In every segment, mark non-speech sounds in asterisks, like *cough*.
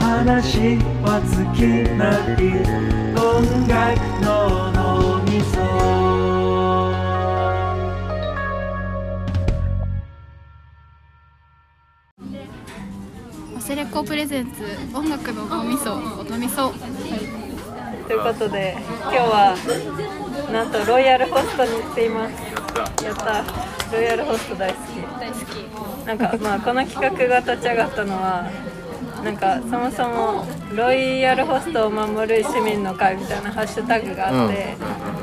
話は尽きない音楽の脳みそ忘れっ子プレゼンツ音楽の脳みそ音みそということで今日はなんとロイヤルホストに行っていますやったロイヤルホスト大好大好ききなんかまあこの企画が立ち上がったのはなんかそもそもロイヤルホストを守る市民の会みたいなハッシュタグがあって、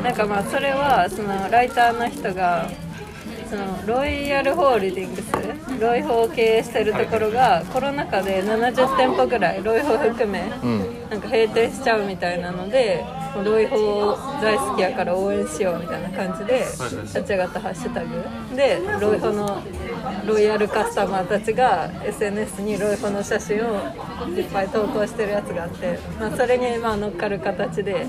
なんかまあそれはそのライターの人がそのロイヤルホールディングスロイホを経営してるところがコロナ禍で70店舗ぐらいロイホ含め、うんなんか閉店しちゃうみたいなのでもうロイホー大好きやから応援しようみたいな感じで立ち上がったハッシュタグでロイホのロイヤルカスタマーたちが SNS にロイホの写真をいっぱい投稿してるやつがあって、まあ、それにまあ乗っかる形で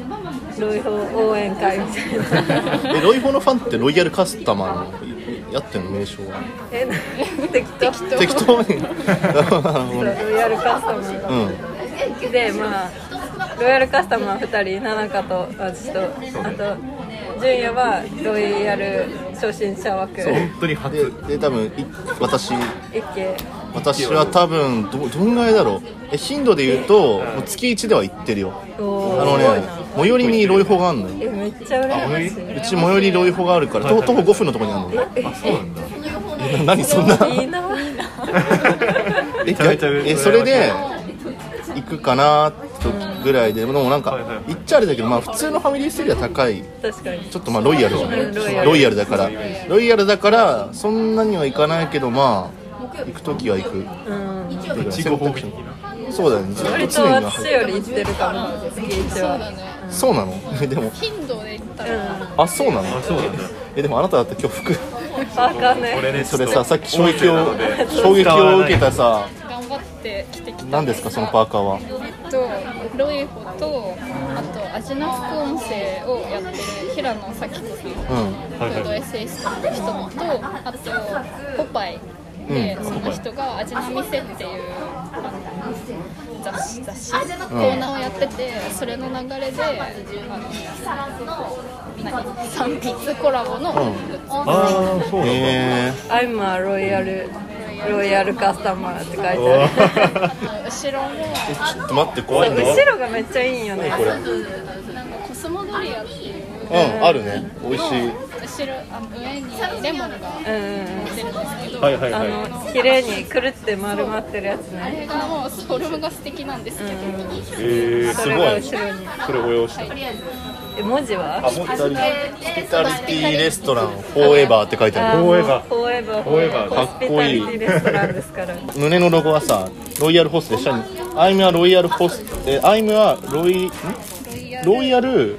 ロイホ応援会みたいな *laughs* えロイホのファンってロイヤルカスタマーのやってんの名称はえ適当そう適当にロイヤルカスタマーうんでまあロイヤルカスタマー2人七香と私とあと純也はロイヤル初心者枠そう本当に初でで多分い私一軒私は多分どどんぐらいだろうえ頻度で言うともう月1では行ってるよあおーのすごねいな最寄りにロイホがあるのよえめっちゃ羨ましうあち最寄りロイホがあるから徒徒歩5分のとこにあるのあそうなんだ *laughs* えな何そんないいいないいなえめちゃめちゃえそれで行くかなとぐらいででもなんはいはかい行っちゃあれだけどまあ普通のファミリーステージは高い確かにちょっとまあロイヤルじゃないうんロイヤルロイヤルだからロイヤルだからそんなにはいかないけどまあ行く時は行くうん自己褒美的なそうだよねずっと割と常に私より行ってるかも月一そうだはねそうなのえでも頻度で言ったうらんあそうなのあそうなんだえでもあなただって今日服あかんこれねねそれささっき衝撃を衝衝撃を受けたさ頑張ってきてきた何ですかそのパーカーはとロイホとあとアジナ副音声をやってる平野咲子さんうフードエッセイストの人とあとポパイで、うんその人が「味の店」っていうあの雑誌雑誌、コーナーをやっててそれの流れであの何三筆コラボの音声ああそうなんんだ、え「I'm a ロイヤルロイヤルカスタマー」って書いてあ後ろもるー、えちょっと待って怖いんだ後よろがめっちゃいいんよねこれコスモドリアっていううんあるね美味しい後ろあの上にレモンがうんうんうん出るんですけど、はいはいあはいの綺麗にくるって丸まってるやつあねれがもうフォルムが素敵なんですけど、えー、そすれがご後いろにそれ応用したえ文字はあもうホスピタリティレストランフォーエバーって書いてあるフォ Forever ーエバー Forever ホスピタリティレストランですから胸のロゴはさロイヤルホストで下に「アイムはロイヤルホスト」え「アイムはロイんロイヤル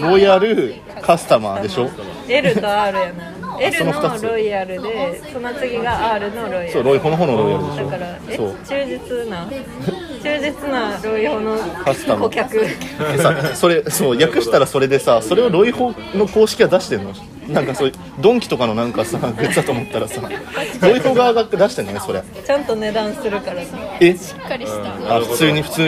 ロイヤルカスタマー」でしょ L と R やな L そのの二つロイヤルでその次が R のロイヤルそうロイこの方のロイヤルでしだょからえそう忠実な忠実なロイホのカスタマー顧客でさそれそう訳したらそれでさそれをロイホの公式は出してんのなんかそうドンキとかのなんかさグッズだと思ったらさロイホ側が出してんのねそれちゃんと値段するからえしっかりした。あ普通に普通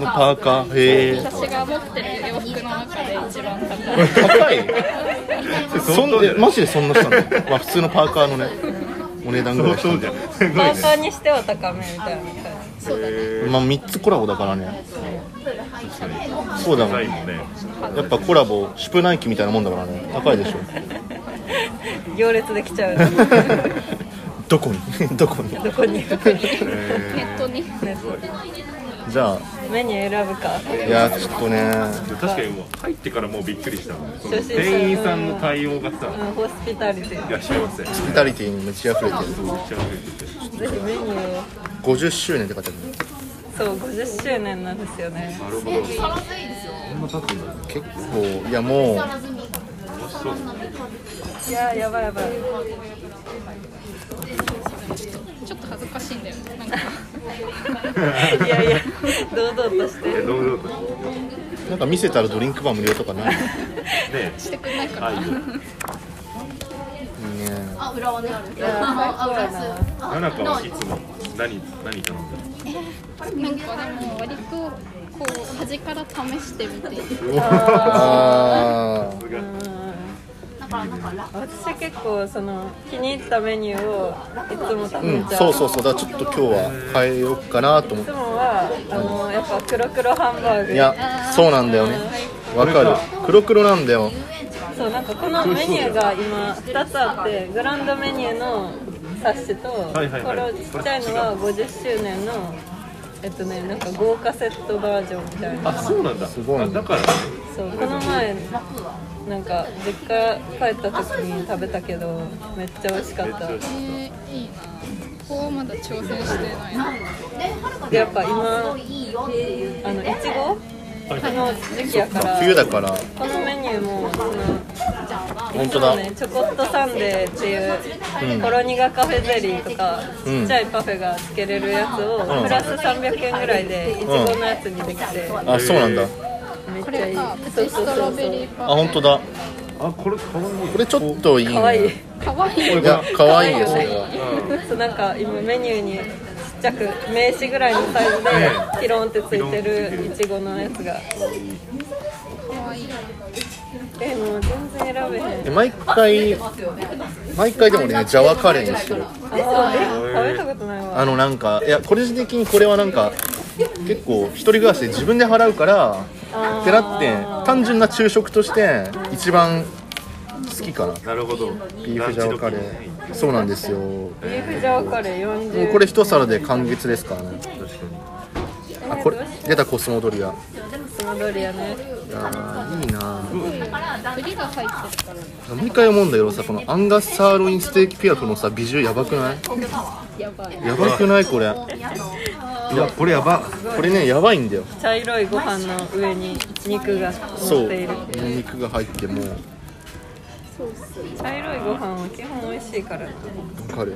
のパーカーへえ私が持ってる洋服の中で一番高い高いそん相当じゃえないマジでそんなしたの、まあ、普通のパーカーのねお値段ぐら相いした当んじだゃよんすごいパねーカーにしては高めみたいな感じまあ、3つコラボだからねそうだもんないやもんねっぱコラボシュプナイキみたいなもんだからね高いでしょ行列できちゃう *laughs* どこに *laughs* どこにどこにネットにじゃメニュー選ぶかあいやちょっとね確かにもう入ってからもうびっくりしたその初心者店員さんの対応がさうんホスピタリティいらっしゃいませめっホスピタリティに満ち溢れてるちゃ溢れててぜひメニューを50周年って書いてあそう50周年なんですよねなるほどる結構いやもういやーやばいやばいちょっと恥ずかしいんだよね。なんかいやいや堂々としてえる堂々となんか見せたらドリンクバー無料とかないいいねねしてくれないかな。愛をの裏はねあるけどやあ裏ですななかはいつも何何頼んだのなんかでも割とこう端から試してみてあそれがだからなんか楽私は結構その気に入ったメニューをいつも食ーうべんちゃそうそうそうだからちょっと今日は変えようかなとい思っつてもはあのやっぱ黒黒ハンバーグいやそうなんだよねわかる黒黒なんだよそうなんかこのメニューが今2つあってグランドメニューのサッシと、いはいはいこのちっちゃいのは50周年のえっとねなんか豪華セットバージョンみたいなあそうなんだすごいねだからねそうこの前なんか実家帰った時に食べたけどめっちゃ美味しかったえー、いいなここはまだ挑戦してないなでやっぱ今いいよっていうあのいちごの時期やから冬だからこのメニューもその本当だね、チョコットサンデーっていう、うんコロニガカフェゼリーとか、うんちっちゃいパフェがつけれるやつを、んプラス300円ぐらいでいちごのやつにできて、あそうなんだめっこちゃいれいかプそうチそスうトそロうベリーそパあフェ本当だあこれ可愛いこれちょっといいうなかわいいかわいいこいや可愛いよそれはそうなんか今メニューにちっちゃく名刺ぐらいのサイズでピロンってついてるいちごのやつがかわいいえもう全然選べへんえ毎回毎回でもねジャワカレーにしてるあーえ食べたことないわあのなんかいや個人的にこれはなんか結構一人暮らしで自分で払うからあーってなって単純な昼食として一番好きかななるほどビーフジャワカレーそうなんですよもビーフジャワカレーう40これ一皿で完結ですからね確かにあこれ出たコスモドリアスマドリアねいやーいいな栗が入ってるから毎回思うんだけどさこのアンガスサーロインステーキピラフのさビジュやばくないやばいやばくないこれいやこれやばこれねやばいんだよ茶色いご飯の上に肉がそ乗っうている肉が入ってもう茶色いご飯は基本美味しいからわかる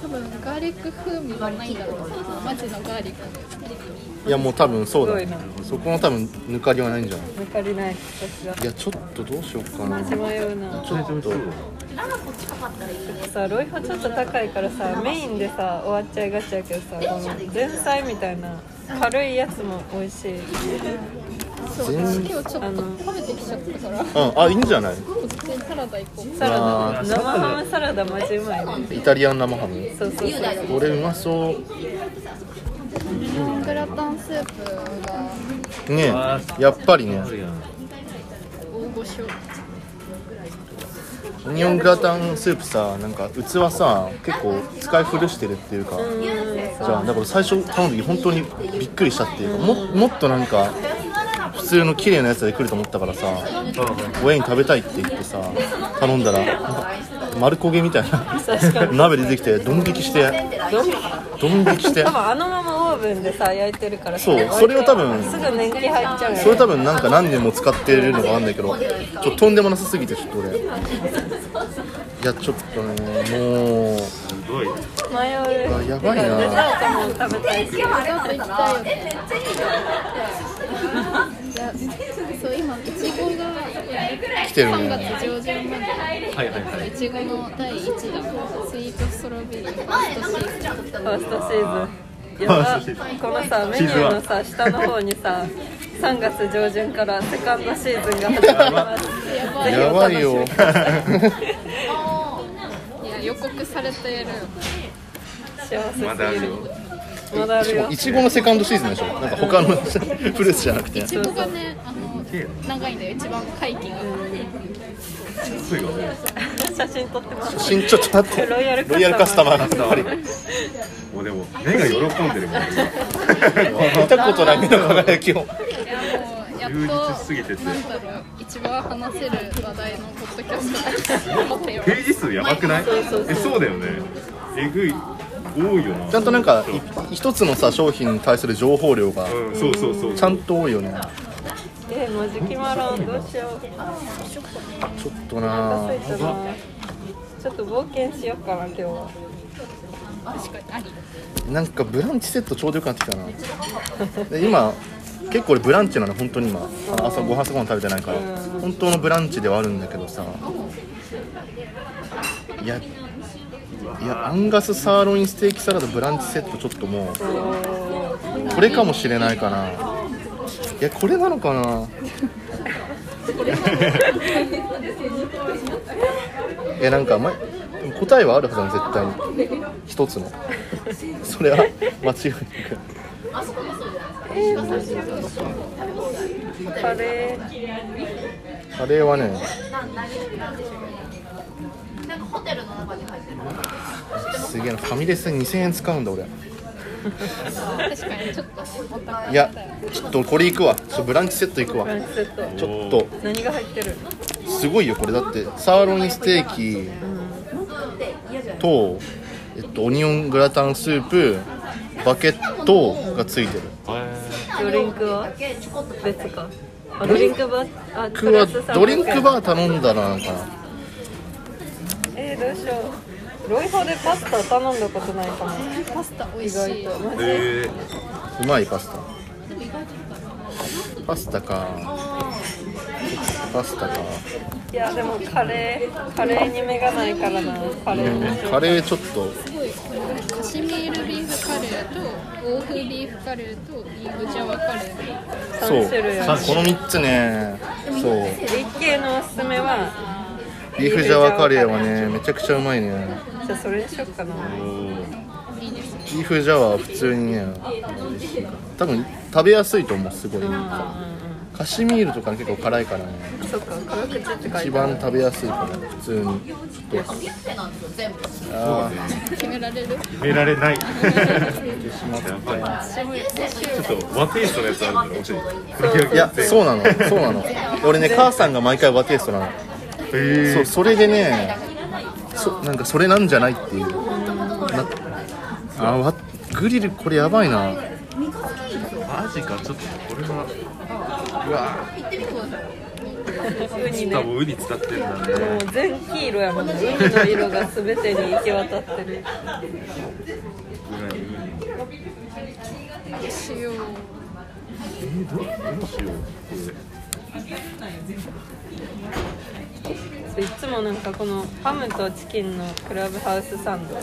多分ガーリック風味がないんだろうなマジのガーリックいやもう多分そうだ、すごねい、そこの多分抜かりはないんじゃない抜かりない私がいやちょっとどうしようかなちょ迷うなっとさロイホちょっと高いからさメインでさ終わっちゃいがちやけどさこの前菜みたいな軽いやつも美味しいそう私今日ちょっと食べてきちゃったからうんあいいんじゃない普通にサラダ行こうサラあダー生ハムサラダマジうまいねイタリアン生ハムそうそうそうこれうまそ日本グラタンスープがうねやっぱりねあるやん大御所オニオングラタンスープさなんか器さ結構使い古してるっていうかじゃあだから最初頼んだ時本当にびっくりしたっていうかももっとなんか普通の綺麗なやつで来ると思ったからさ親に食べたいって言ってさ頼んだらなんか丸焦げみたいな確かに *laughs* 鍋出てきてドン引きしてどんドン引きして多分あのままオーブンでさ焼いてるからさそうそれを多分すぐ年季入っちゃうそれよね多分なんか何年も使ってるのがあるんだけどちょっととんでもなさすぎてちょっと俺いやちょっとねもうすごい迷 *laughs* うあやばいデザなートも食べたいしいやそう今いちごが来てる3ね月上旬まではいはいはいいちごの第1弾スイートストロベリーファーストシーズンファーストシーズンやばファーストシーこのさメニューのさ下の方にさ3月上旬からセカンドシーズンが始まりますぜひやおば楽しいみ *laughs* よくださいいや予告されている幸せすぎるまだあるよまだあるよいちごのセカンドシーズンでしょなんか他の *laughs* フルーツじゃなくていちごがねあの長いんだよ一番会期がすごいね写真撮ってます身長ちょっと待ってロイヤルロイヤルカスタマーがやっぱりも *laughs* うでも目が喜んでるもん見たことない目の輝きをいやもうやっ充実しとすぎててなんだろう一番話せる話題のポッドキャストだと思ってよページ数やばくないそうそうそうえそうだよねえぐい多いよなちゃんとなんかい一つのさ商品に対する情報量がうんそうそうそうちゃんと多いよねえもうじきまろんどうしようちょっとおな腹すいたなちょっと冒険しようかな今日は確かにありなんかブランチセットちょうどよくなってきたなで今結構俺ブランチなの本当に今あの朝ごはん朝ごはん食べてないから本当のブランチではあるんだけどさいやいやアンガスサーロインステーキサラダブランチセットちょっともうこれかもしれないかないやこれなのかな *laughs* えなんか、ま、答えはあるはずなの絶対に一つのそれは間違いなくカレーカレーはねなんかホテルの中に入ってる。すげえなファミレスで2000円使うんだ俺確かにちょっとお高いいやちょっとこれいくわちょっとブランチセットいくわランチセットちょっと何が入ってるすごいよこれだってサーロインステーキと、えっと、オニオングラタンスープバケットがついてるドリンクは別かあドリンクバーあ僕はドリンクバー頼んだらなんかなえー、どうしようロイホでパスタ頼んだことないかもパスタ美味しいマジえうまいパスタパスタかパスタか、いやでもカレーカレーに目がないからなカレーにうんカレーちょっとすごいこのカシミールビーフカレーと欧風ビーフカレーとイングジャワカレーそう3種類あるこの3つねそう日系のおすすめはビーフジャワカレーはねめちゃくちゃうまいねじゃあそれにしよっかなビーフジャワは普通にね多分食べやすいと思うすごいカシミールとかね結構辛いからねそっか辛口って書一いてある番食べやすいから普通にちょっとあ決められるー、決められない。やーしまったばい。ちょっと和テイストのやつあるんだろ、いやそうなのそうなの俺ね母さんが毎回和テイストなのえそうそれでねそなんかそれなんじゃないっていうなあわグリルこれやばいなマジか、ちょっとこれは、うわウニ多ね分ウニ使ってんだもね。う全黄色やもんねウニの色が全てに行き渡ってるウニ、ウニ。塩えー、どどうしよう。これいつもなんかこのハムとチキンのクラブハウスサンド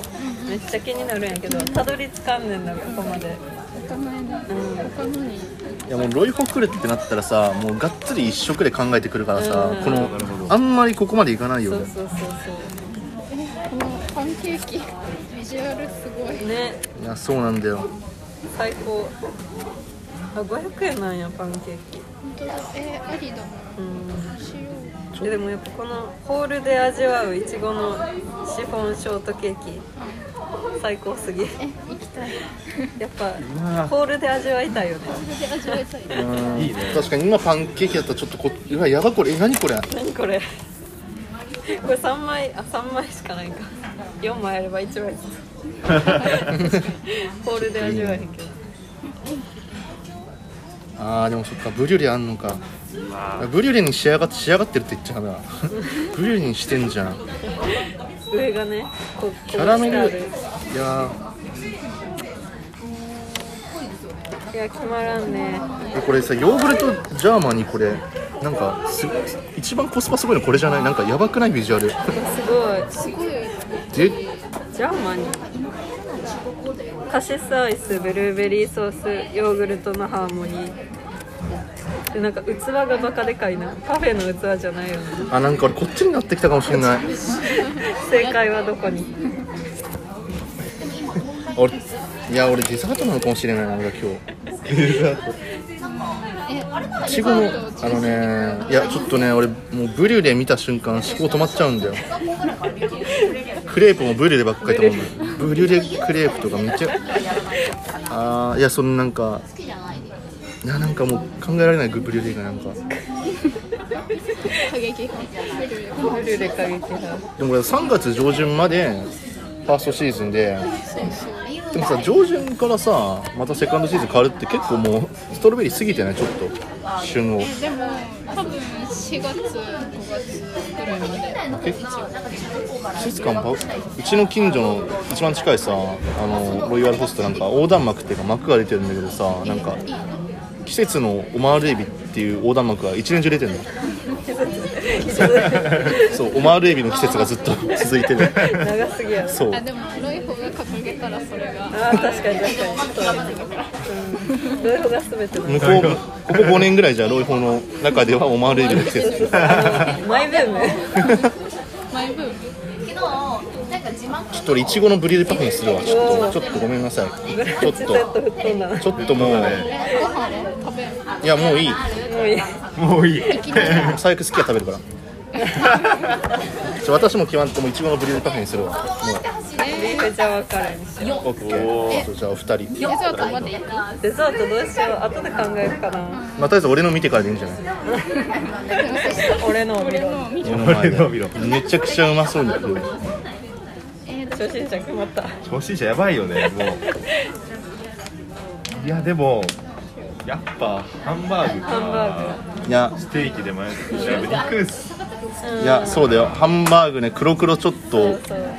めっちゃ気になるんやけどたどり着かんねんなここまでお構いない他のにいやもうロイホクレってなったらさもうがっつり一食で考えてくるからさうんこのあんまりここまでいかないよそうねそうそうこのパンケーキビジュアルすごいそうねいやそうなんだよ最高あ500円なんやパンケーキ本当だえー、ありだなうん塩ででもやっぱこのホールで味わういちごのシフォンショートケーキ最高すぎえ行きたいやっぱホールで味わいたいよねそれで味わいたいいいね確かに今パンケーキだったらちょっとこうわやばこれえ何これ何これこれ3枚あ三枚しかないか4枚あれば1枚ず *laughs* つホールで味わえへんけどあーでもそっかブリュレあんのかブリュレに仕上がって仕上がってるって言っちゃうなブリュレにしてんじゃん上がねこうキャラメルいこやうしてあるいや決まらんねーこれさヨーグルトジャーマンにこれなんかすごい一番コスパすごいのこれじゃないなんかやばくないビジュアルすごいでジャーマンにカシスアイスブルーベリーソースヨーグルトのハーモニーでなんか器がバカでかいなパフェの器じゃないよねあなんか俺こっちになってきたかもしれない正解はどこに俺いや俺デザートなのかもしれないな俺は今日デザートいちごのあのねいやちょっとね俺もうブリュレ見た瞬間思考止まっちゃうんだよクレープもブリュレばっかり頼むブリュレクレープとかめっちゃあーいやそのなんかいやなんかもう考えられないブリュレがなんか過激派ブルーレ過激派でも俺3月上旬までファーストシーズンででもさ上旬からさまたセカンドシーズン変わるって結構もうストロベリー過ぎてないちょっと旬をえでも多分4月5月ぐらいまで結構季節感ばうちの近所の一番近いさあのロイヤルホストなんか横断幕っていうか幕が出てるんだけどさなんか季節のオマールエビっていう横断幕が一年中出てるの以上でそうオマールエビの季節がずっと続いてる長すぎやろそうあでもロイホが掲げたらそれがあー確かに確かにそう、うん、ロイホが全てなの向こうここ5年ぐらいじゃロイホの中ではオマールエビの季節マイブームマイブーム昨日なんか字幕ちょっと俺いちごのブリュレパフェにするわちょっとちょっとごめんなさいちょっちょっとやっとと吹っ飛んだなちょっともうご飯を食べるいやもういいもういいもういい最悪好きは食べるからちょ私も決まってもういちごのブリュレパフェにするわビーフジャワーカレーにしよもうオッケーちょじゃあお二人デザートまでうデザートどうしよう後で考えるかなまあとりあえず俺の見てからでいいんじゃない俺のを見ろのみ俺の前俺の見ろでめちゃくちゃうまそうに食う初心者決まった初心者やばいよねもういやでもやっぱハンバーグハンバかいやステーキで迷って調べ肉っすいやそうだよハンバーグね黒黒ちょっと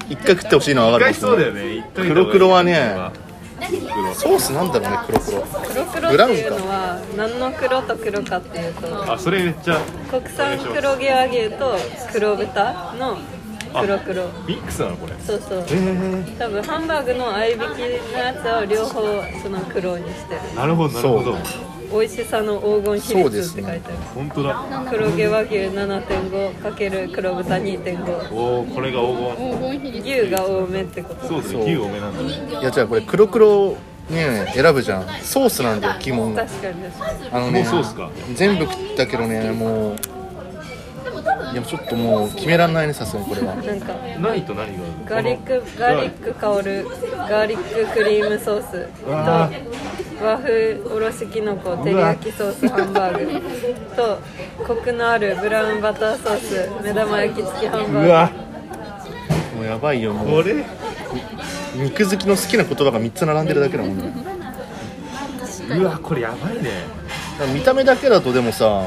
一回食ってほしいのは一分かる回そうだよね言っといた方がいい黒黒はね黒黒ソースなんだろうね黒黒黒黒っていうのは何の黒と黒かっていうとあそれめっちゃ国産黒毛和牛と黒豚の黒黒ミックスなのこれそうそうえー、多分ハンバーグの合いびきのやつを両方その黒にしてるなるほどなるほどそう美味しさの黄金比率って書いてある、本当だ黒毛和牛 7.5× 黒豚2.5おおこれが黄金黄金比率牛が多めってことそうだね牛多めなんだねいやじゃあこれ黒黒ね選ぶじゃんソースなんだよ疑問が確かに確かにあのねもうソースか全部食ったけどねもういやちょっともう決めらんないねさすがにこれはなんかないと何がガーあるリックこのガーリック香るガーリッククリームソースわあと和風おろしきのこ照り焼きソースハンバーグとコクのあるブラウンバターソース目玉焼き付きハンうバーわもうやばいよもこうれ肉好きの好きな言葉が3つ並んでるだけだもんねうわこれやばいね見た目だけだとでもさ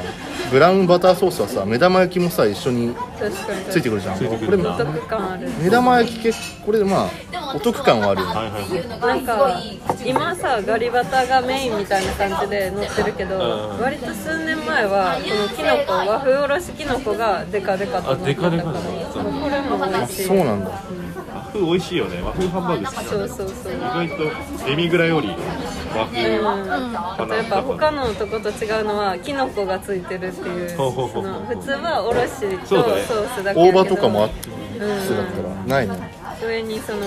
ブラウンバターソースはさ目玉焼きもさ一緒にグ確かについてくるじゃんついてくこれるんだお得感ある目玉焼き結これでまあお得感はあるよねはいはいはいなんか今さガリバタがメインみたいな感じで載ってるけどうん割と数年前はこのきのこ和風おろしきのこがデカデカと載ってたからあデカデカだねそうこれも美あ味しいそうなんだ和風美味しいよね和風ハンバーグ好きなんだそうそうそう意外とデミグラより和風かなやっぱ他のとこと違うのはキノコがついてるっていうほうほうほうその普通はおろしとソそうだねースだけやけど大葉とかもあってうん普通だったらないね上にその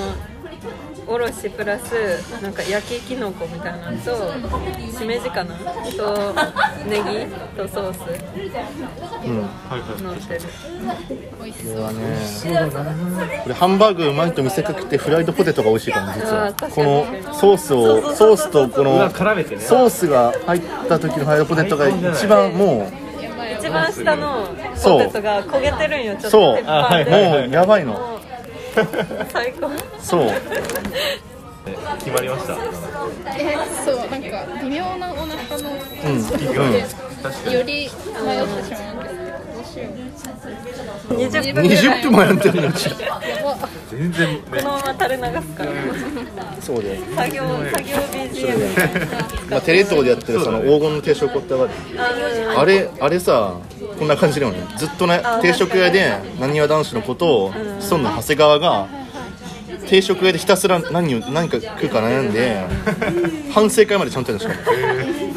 おろしプラスなんか焼ききのこみたいなのとしめじかなとネギとソースうんはいはい乗ってるこれはねこれハンバーグうまいと見せかけてフライドポテトが美味しいかも実あはー確かこにのソースをソースとこうわの絡めてねソースが入った時のフライドポテトが一番も一番下のそうポテトが焦げてるんよちょうっとそう鉄も板でうやばいのもう最高そう決まりましたえそうなんか微妙なお腹のうんうん確かにより迷ってしまうんですけどどうしよ20分ぐらい20分もやってるのうちうやばっ全然ねこのまま垂れ流すからそうだよ作業作業 BGM みたいなまあテレ東でやってるその黄金の定食ってわかるあれあれさこんな感じだよねずっとね定食屋でなにわ男子のことをそんの長谷川が定食屋でひたすら何を何か食うか悩んで反省会までちゃんとやるんで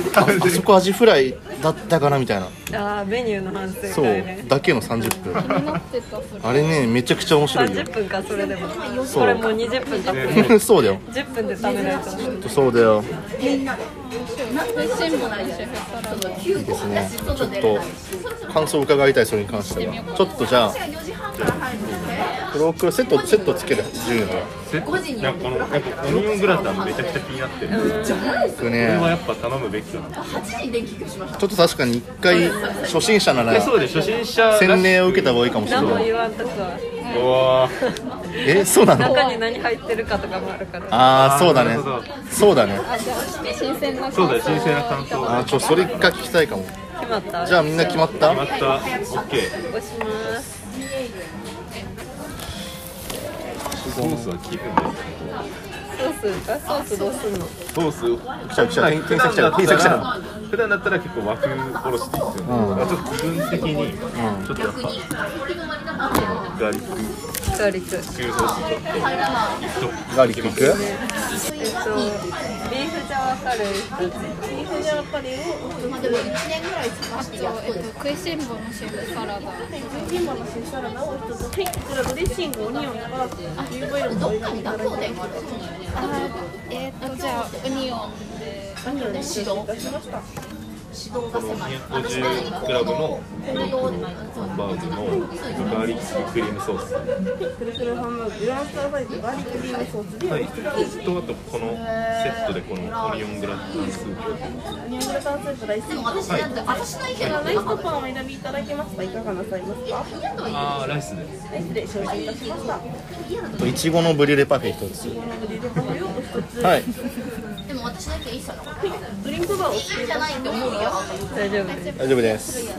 すかもああそこアジフライだったかなみたいなあーメニューの反省そう会ねだけの30分なってたそれあれねめちゃくちゃ面白い30分かそれでもそうこれもう20分経ってるよ *laughs* そうだよ10分で食べないと思うそうだよ新聞の一緒にしたらいいですねちょっと感想を伺いたいそれに関してはちょっとじゃあ黒黒セットセットつける10円だからなんかこのやっぱオニオングラタンめちゃくちゃ気になってるこ僕れはねやっぱ頼むべきだなちょっと確かに一回初心者ならそうで初心者洗礼を受けた方がいいかもしれ何もない言わんとこはうわーえそうなの中に何入ってるかとかもあるからああそうだねなるほどそうだね新鮮な感そうだよ新鮮な感想あーちょそれが聞きたいかも決まったじゃあみんな決まった決まったオッケー押しますソースは効くんだよソースかソースどうすんのそうす来ちゃう来ちゃう普段検索来ちゃう検索来ちゃ普段だったら結構枠下ろしていいですよね、うんあちょっと気分的にちょっとやっぱ、ガーリックガーリッククソースちょっとガーリックいくえっとビーフジャワカレー一つビーフジャワカレーを食いしん坊のシェフサラダピンマンの新サラダを一つはいこちらドレッシングオニオンが有名のオニオンでえっ、とじゃあウニオンで出しました250グラムのバーグのガーリッククリームソースくるくるハンバーググランスターサイズガーリッククリームソースではい、とあとこのセットでこのオニオングラタンスープオニオングラタンスープライスでははいライスとパンをお選びいただけますがいかがなさいますかあーライスですライスで承知いたしましたいちごのブリュレパフェ一つブリルパフェをお一つはいでも私だけいいさなドリンクバーをつけじゃないって思うよ大丈夫です大丈夫です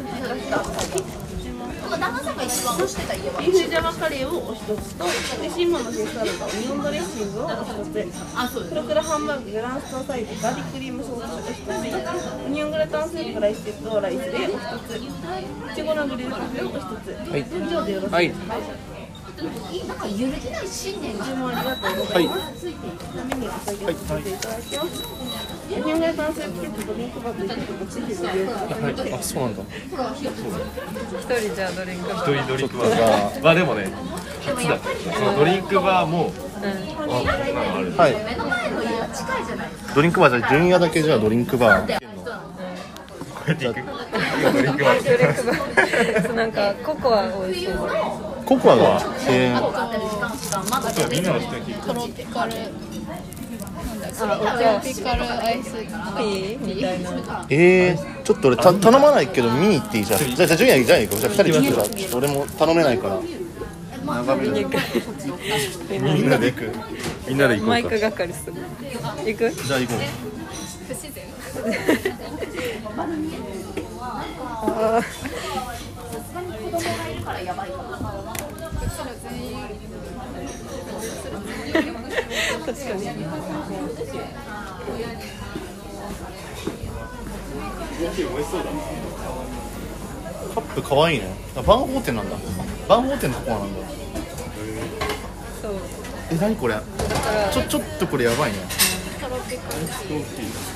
旦那さんが一番推してた家はビーフジャワカレーをお一つと美味しいもの新サラダオニオンドレッシングをお一つあそう黒倉ハンバーググランスターサイズガーリッククリームソースお一つオニオングラタンスープライスセットライスでお一ついちごのグリルパフェをお一つはい以上でよろしいですかはいなんか揺るぎない信念が注文ありがとうございます。メニューをお下げさせていただきます。オニオングラタンスープセットドリンクバーと一個ごついてご利用くださいあそうなんだ一人じゃあドリンク一人ドリンクバちょっとじゃーまあでもね初だったそのドリンクバーもあこんなのあるはい目の前の家は近いじゃないドリンクバーじゃあ純也だけじゃあドリンクバーこうやっていく今ドリンクバドリンークバー *laughs* そうなんかココア美味しいですココアが1000円そうみんなの人に聞いてトロピカルあトおロ茶ピカルアイスピーみたいなえー、ちょっと俺た頼まないけど見に行っていいじゃんじゃあじゃあ純也じゃあ行こうじゃあ2人で行くじゃあ俺も頼めないから長めでみんなで行くみんなで行こマうイかク係する行くじゃあ行こ確かにうカップかわいいねあ万宝店なんだ万宝店のココアなんだそうえ何これちょちょっとこれやばいね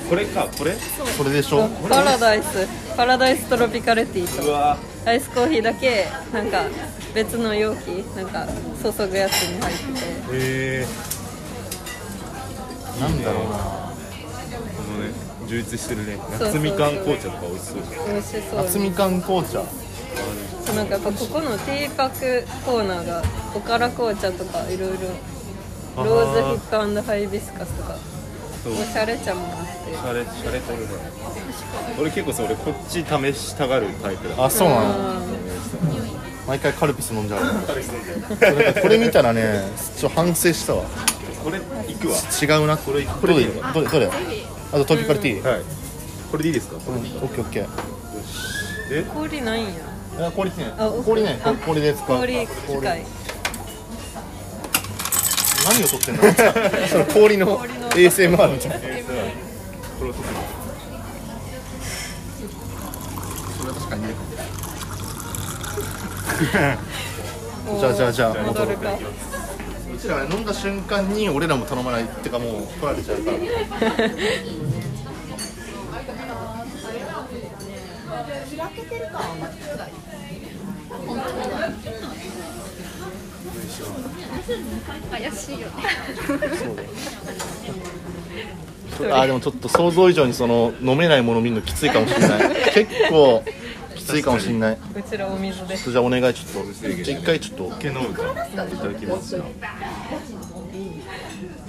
これかこれこれでしょパラダイスパラダイストロピカルティーうとわアイスコーヒーだけなんか別の容器なんか注ぐやつに入ってーへえなんだろうなこのね充実してるねそう夏みかん紅茶とか美味しそうじゃんて美味しそう夏みかん紅茶そうなんかやっぱここのティーパックコーナーがおから紅茶とかいろいろローズヒップハイビスカスとかそうおしゃれ茶もあってシャレシャレてるね俺結構それこっち試したがるタイプだあそうなのうん毎回カルピス飲んじゃうなんかこれ見たらねちょっと反省したわこれ行くわ違うなこれこれどでいれいのどれどれあとトロピカルティー、はいこれでいいですかうん、オッケーオッケー氷ないんやあ氷ねあお氷ねあ氷で使う氷機械何を取ってんの *laughs* その氷の ASMR じゃんこれを取ってじゃあじゃあじゃあ戻るかうちらね飲んだ瞬間に俺らも頼まないってかもう取られちゃうから怪しいよねあーでもちょっと想像以上にその飲めないもの見るのきついかもしれない結構きついかもしれないちょうちらお水でっとじゃあお願いちょっとじゃあ一回ちょっとけ飲むかいただきますじゃあ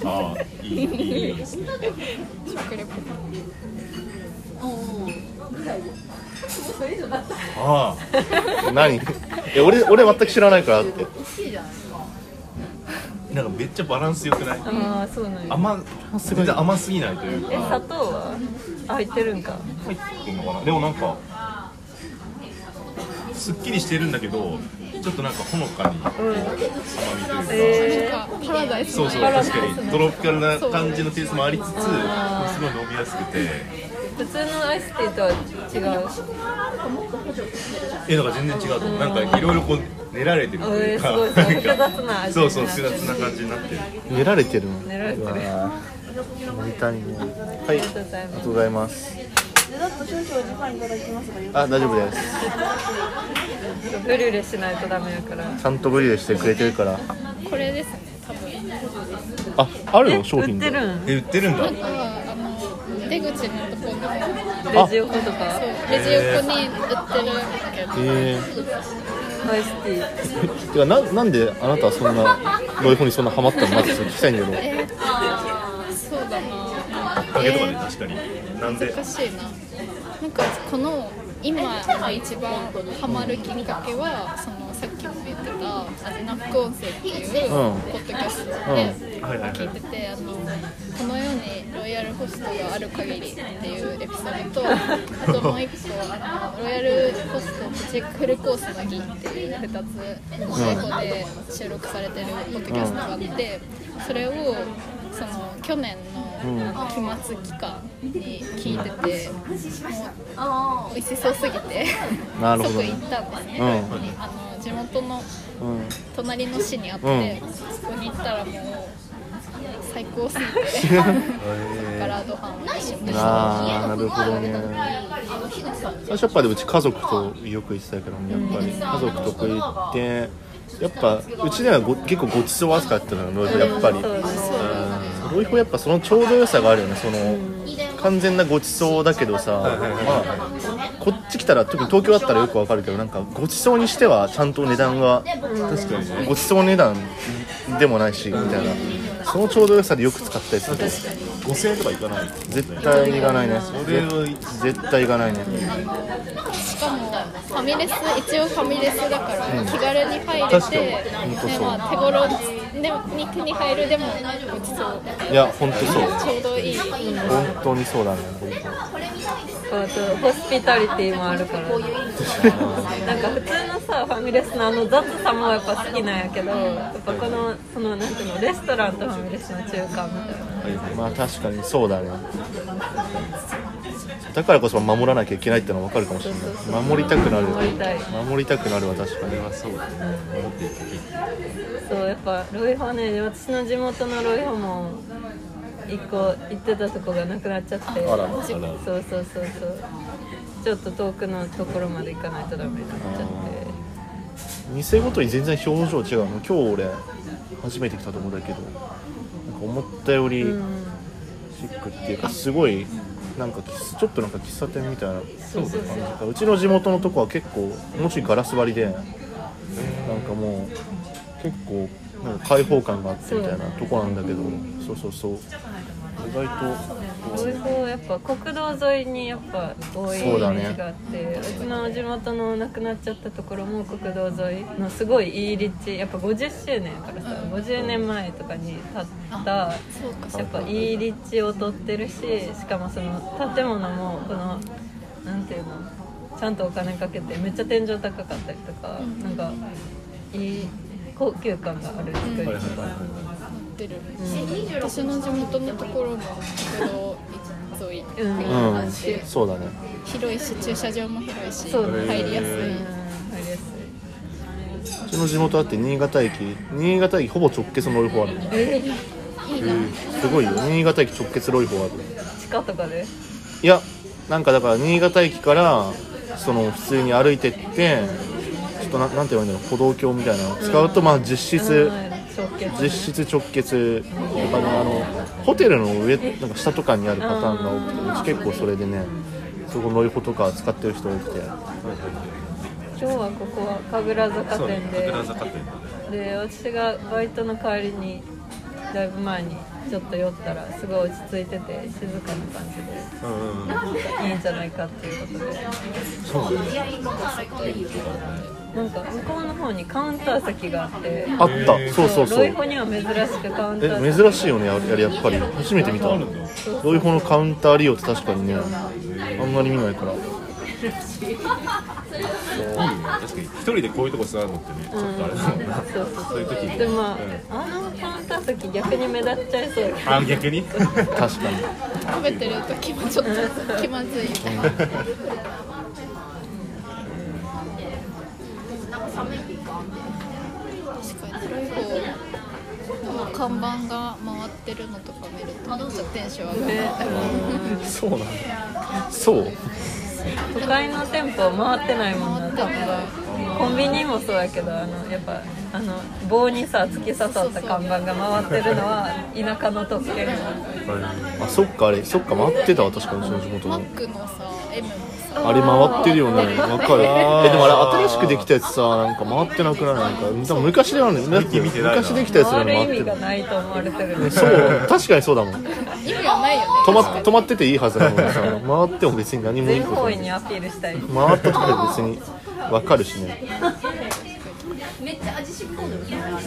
あーいいいいですねああ何え俺俺全く知らないからってなんかめっちゃバランス良くないああそうなんや甘全然甘すぎないというえ砂か糖は入ってるんか入ってんのかなでもなんかすっきりしてるんだけどちょっとなんかほのかに甘みというなえか、んかパラダイスそうのそう色確かにトロピカルな感じのテイストもありつつすごい飲みやすくてー、普通のアイスティーとは違うえだから全然違うと思うなんかいろいろこう練られてるといえうかーすごい複雑な味そうそう複雑な感じになってる寝られてるの寝られてるうわー飲みたいねはいありがとうございますがとうございますでだっと少々お時間いただきますがよあ大丈夫ですブリュレしないとダメやからちゃんとブリュレしてくれてるからこれですね多分ああるよ商売品っでてるんえ売ってるんだなんかあの出口のとこにレジ横とかレジ横に売ってるけどえアイスティーー、てかななんであなたはそんなロイホにそんなハマったのまずそれ聞きたいんだけどえー、そうだなおかげとかで確かになんで難しいななんかこの今の一番ハマるきっかけはそのさっきも言ってた「味な副音声」っていううんポッドキャストではいはいはい聞いててあのこの世にロイヤルホストがある限りっていうエピソードとあともう一個あのロイヤルホストプチフルコースの儀っていう2つ英語で収録されてるポッドキャストがあってそれをその去年のあの期末期間に聞いてて、もう美味しそうすぎてなるほど即ね行った *laughs* んですね、うんにあの地元のうん隣の市にあって、うんそこに行ったらもう最高すぎてだからドハンを一緒にああなるほどね最初やっぱりうち家族とよく行ってたけどねやっぱり家族とこ行ってやっぱうちではご結構ごちそう扱いだったのよロイホやっぱりそうですうんロイホやっぱそのちょうど良さがあるよねその完全なごちそうだけどさ、まあ、こっち来たら特に東京だったらよくわかるけどなんかごちそうにしてはちゃんと値段が確かにねごちそう値段でもないしみたいなそのちょうど良さでよく使ったりする5000円とかいかない絶対いかないねそれは絶対いかないねしかもファミレス一応ファミレスだから気軽に入れ確かにて、本当でそうまあ、手頃に手に入るでもごちそういや本当そうちょうどいい本当にそうだね本あとホスピタリティもあるからなんか普通のさファミレスのあの雑さもやっぱ好きなんやけどやっぱこのそのなんていうのレストランとファミレスの中間みたいな当まあ確かにそうだねだからこそ守らなきゃいけないってのは分かるかもしれそうそうそなうい守りたくなる守りたい守りたくなるは確かにそうだね思っていたそうやっぱロイホね私の地元のロイホも一個行ってたとこがなくなっちゃってあらそうそうそうそうちょっと遠くのところまで行かないとダメになっちゃって。店ごとに全然表情違うの今日俺初めて来たとこだけどなんか思ったよりシックっていうかすごいなんかちょっとなんか喫茶店みたいなそうそうそうなんかうちの地元のとこは結構もしガラス張りでなんかもう結構なんか開放感があってみたいなとこなんだけどそうそうそう意外とそうそうやっぱ国道沿いにやっぱ多いイメそうだねージがあってう,、ちの地元のなくなっちゃったところも国道沿いのすごいいい立地やっぱ50周年やからさ50年前とかに建ったやっぱいい立地を取ってるししかもその建物もこのなんていうのちゃんとお金かけてめっちゃ天井高かったりとかなんかいい高級感がある作りとっか。てる、私の地元のところも国道沿い、うんうんそうだね広いし駐車場も広いしそうだね入りやすい、うん入りやすいうちの地元だって新潟駅新潟駅ほぼ直結のロイホあるのえすごいよ新潟駅直結ロイホある地下とかでいやなんかだから新潟駅からその普通に歩いてってちょっとななんて言われるんだろう歩道橋みたいなのを使うとまあ実質実質直結とかねあのホテルの上なんか下とかにあるパターンが多くてうち結構それでねそこのイホとか使ってる人多くて今日はここは神楽坂そうね店で桜坂店だねで私がバイトの帰りにだいぶ前にちょっと酔ったらすごい落ち着いてて静かな感じうんうんうんでいいんじゃないかっていうことでなんか向こうの方にカウンター席があってあったそうそうそロイうホには珍しくカウンターえ席珍しいよねあれやっぱり初めて見たロイホのカウンター利用って確かにねあんまり見ないから確かに一人でこういうとこ座るのってねちょっとあれだもんなそうそうそういう時でにもまあ、あのカウンター席逆に目立っちゃいそうあ逆 *laughs* に確かに食べてる時もちょっと気まずいみたいな確かに黒い方の看板が回ってるのとか見るとちょっとテンション上がる、そうなんだそう都会の店舗は回ってないもんな多分コンビニもそうやけどあのやっぱあの棒にさ突き刺さった看板が回ってるのは田舎の特権あそっかあれそっか回ってたわ確かにその地元マのックのさ M もさあれ回ってるよねわかるあーえでもあれ新しくできたやつさなんか回ってなくないなんか多分昔だよねだって見てないな昔できたやつなの回にる意回っ味てるがないと思われてるねそう確かにそうだもん止意味はないよねま止まってていいはずな *laughs* のにさ回っても別に何もいい全こ方とな位いにアピールしたい回ったとこで別にわかるしねめっちゃ味しっこいのよ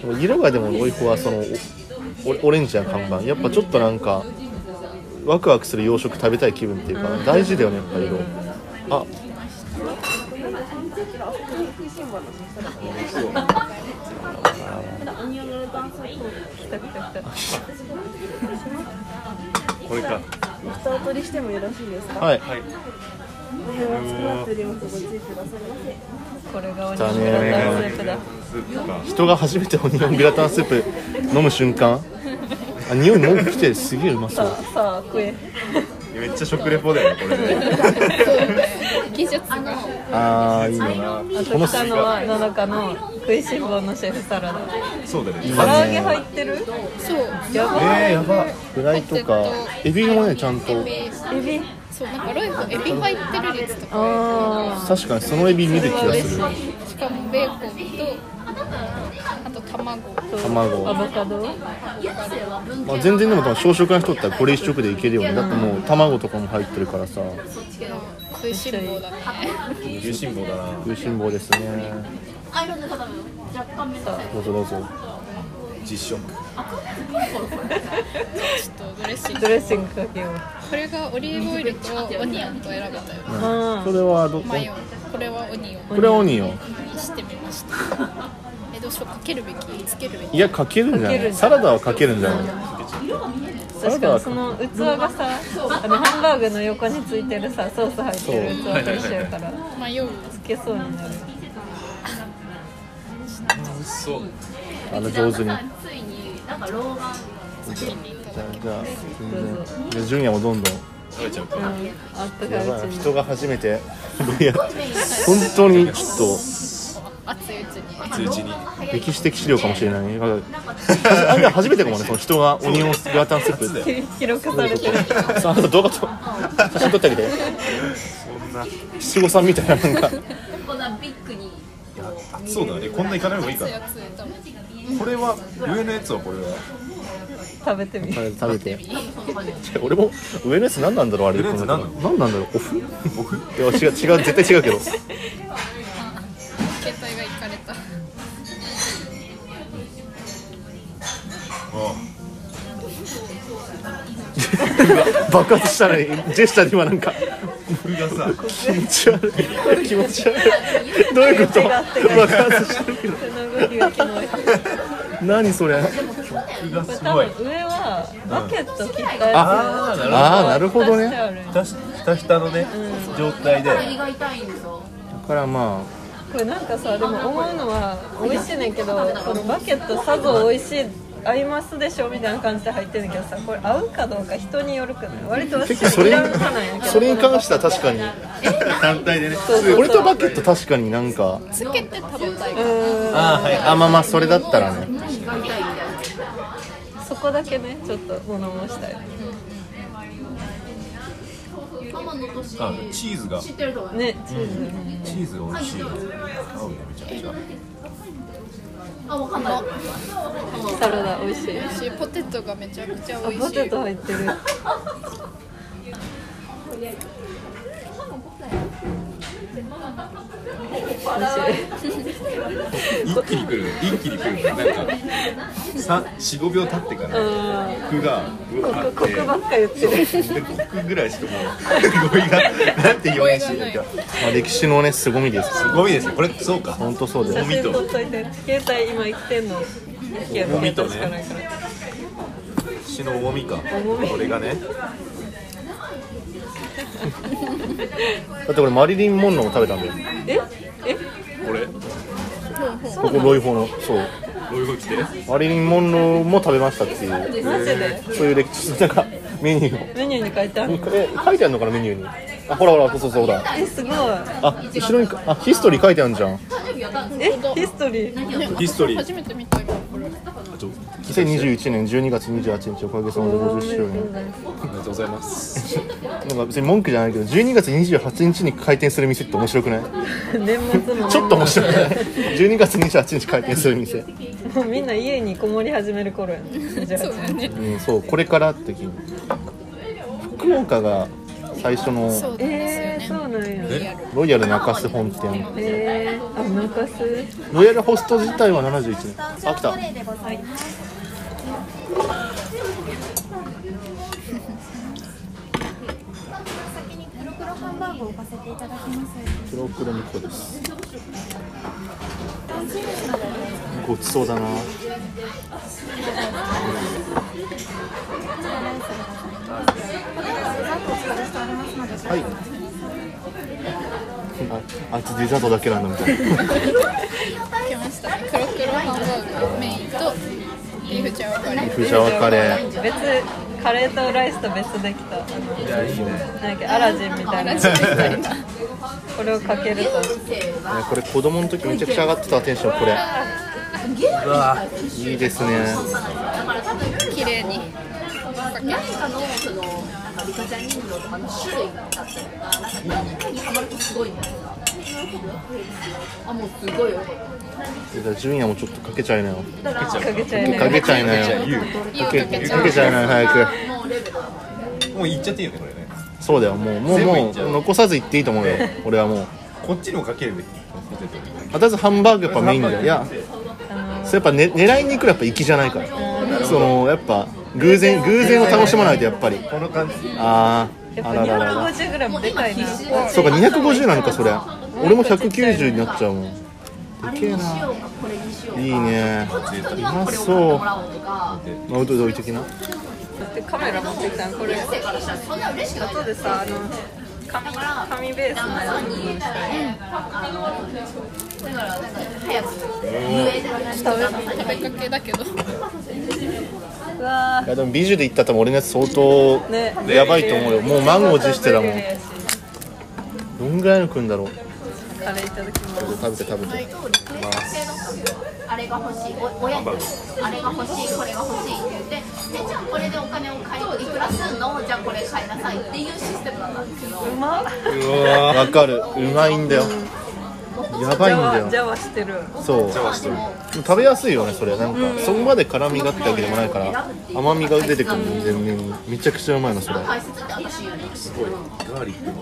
でも色がでもロイコはそのおおオレンジな看板やっぱちょっとなんかワクワクする洋食食べたい気分っていうか大事だよねやっぱ色あ来た来た来たこれか蓋を取りしてもよろしいですかはいはいお部屋熱くなっておりますご注意くださいませこれがおにぎりだのねスープだスープか人が初めてオニオングラタンスープ飲む瞬間あ匂いもう来てすげえうまそうさあさあ食えめっちゃ食レポだよねこれね *laughs* 技術があーいいなあと来たのは七日の食いしん坊のシェフサラダそうだね唐揚げ入ってるそうやばえー、やばフライとかエビもねちゃんとエビエビそうなんかロイコエビ入ってる率とかあ確かにそのエビ見る気がするしかもベーコンとあと卵ー卵アボカドまあ、全然でも多分小食な人だったらこれ一食でいけるよねだってもう卵とかも入ってるからさ食いしん坊だね牛辛抱だな食いしん坊ですねアイロンの方も若干目のさいどうぞどうぞ実食ちょっとドレッシングドレッシングかけようこれがオリーブオイルとオニオンと選べたようんそれはどマヨこれはオニオこれはオニオンンにしてみましたえどうしようかけるべきつけるべきいやかけるんじゃなかけるいサラダはかけるんじゃない確かにその器がさあのハンバーグの横についてるさソース入ってる器と一緒やから迷うつけそうになるそうあの上手にじゃついになんか老眼あじゃあ全然じゃあ純也もどんどん食べちゃうかあったかやいうばちいに人が初めていや本当にちょ熱いうちに熱いうちにっと歴史的資料かもしれないなんかあれは初めてかもねその人がオニオングラタンスープって記録されてるさあ動画と写真撮ってあげてそんな七五三みたいななんかこんなビッグにそうだねこんな行かない方がいいかな熱いと思うこれは上のやつはこ *laughs* れは食べてみる食べて俺も上のやつ何なんだろうあれ上のやつ何なの何なんだろうオフい僕や違う違う絶対違うけど携帯がいかれたあ爆発したのにジェスチャーで今なんか僕がさ気持ち悪い気持ち悪いどういうこと手が手が爆発してるけどその動きがキモいこれ何それ僕がす多ごい分上はバケット切ったやああなるほどああなるほどつしてねあるんやひたしひたひたのね状態で胃が痛いんですよだからまこれなんかさでも思うのは美味しいねんけどこのバケットさぞ美味しい合いますでしょみたいな感じで入ってるんだけどさこれ合うかどうか人によるくない割とあ私結構それ嫌う派なんやけどそれに関しては確かに単体でねそうそうそう俺とバケット確かになんかつけて食べたいあはいあまあまあそれだったらねそこだけねちょっと物申したいあチーズがねチーズねチーズが美味しいよ合うねめちゃくちゃサラダ美味しいしポテトがめちゃくちゃ美味ポしいテト入ってる一気に来る一気に来るなんか45秒経ってから僕がうわーってコクばっか言ってるで僕ぐらいしかもう語彙がなんて言わないしなんかまあ、歴史のね凄みですすごいですねこれそうか本当そうです写真撮っといて携帯今生きてんのいや携帯しかないから死の重みか重みこれがねだって俺マリリン・モンローも食べたんだよええこれここロイホのそうこういう動きてマリリン・モンローも食べましたっていうマジでそういう歴史なんかメニューをメニューに書いてあるえ書いてあるのかなメニューにあほらほらそうそうそうほらえすごいあ後ろにかあヒストリー書いてあるじゃんえヒストリーヒストリー初めて見た今これ2021年12月28日おかげさまで50周年おめでとうございますなんか別に文句じゃないけど12月28日に開店する店って面白くない年末もちょっと面白くない12月28日開店する店もうみんな家にこもり始める頃やねじゃあそうだねうんそうこれからって聞い福岡が最初そうのなんですよえー、ねそうなんやえロイヤル中洲本店えー、あ中洲ロイヤルホスト自体は71年あ来た黒黒みこですごちそうだなはいああいつデザートだけなんだみたいな来ました黒黒ハンバーグメインとビーフチャーカレー藤沢カレー別カレーとライスと別できたあのいやいいねなんやっけアラジンみたいなこれをかけるとねこれ子供の時めちゃくちゃ上がってたテンションこれうわーいいですね綺麗に何かのそのなんかリカちゃん人形とかの種類だったりとかなんか何かにハマるとすごいんだよあもうすごいよだから純也もちょっとかけちゃいなよかけちゃいなかいけちゃいなよ言湯をかかけけちゃかうけちゃいなよ早くうもう言っちゃっていいよねこれねそうだよもうもう全部いもっちゃうう残さず行っていいと思うよ俺はもうこっちにもかけるべきポテトにあたずハンバーグやっぱメインだよいやそれやっぱ、ね、狙いに行くのはやっぱ粋じゃないからそのやっぱ偶然偶然を楽しまないとやっぱりこの感じあやーっぱあらららら250グラムでかいなそうか250なのかそれ俺も190になっちゃうもんでけえなこれにしよういいねうまそうもらおうとかあうどいどい的なでカメラ持ってきたのこれ生からしたらそんな嬉しくない後でさあの紙紙ベースのや早く食べかけだけどつうわいやでも美女で行ったら多分俺のやつ相当ーねやばいと思うよもう満を持してたもんカレどんぐらいの食うんだろうーいただきます食べて食べてあれが欲しいおおやつあれが欲しいこれが欲しいって言ってでじゃあこれでお金を買いいくらすんのじゃあこれ買いなさいっていうシステムだったんですけどうまっうわわかるうまいんだよやばじいゃわんじだよゃわしてるそう食べやすいよねそれなんかそこまで辛みがあったわけでもないから甘みが出てくるんで全然めちゃくちゃうまいのそれ大切って私よりーすごいガーリックの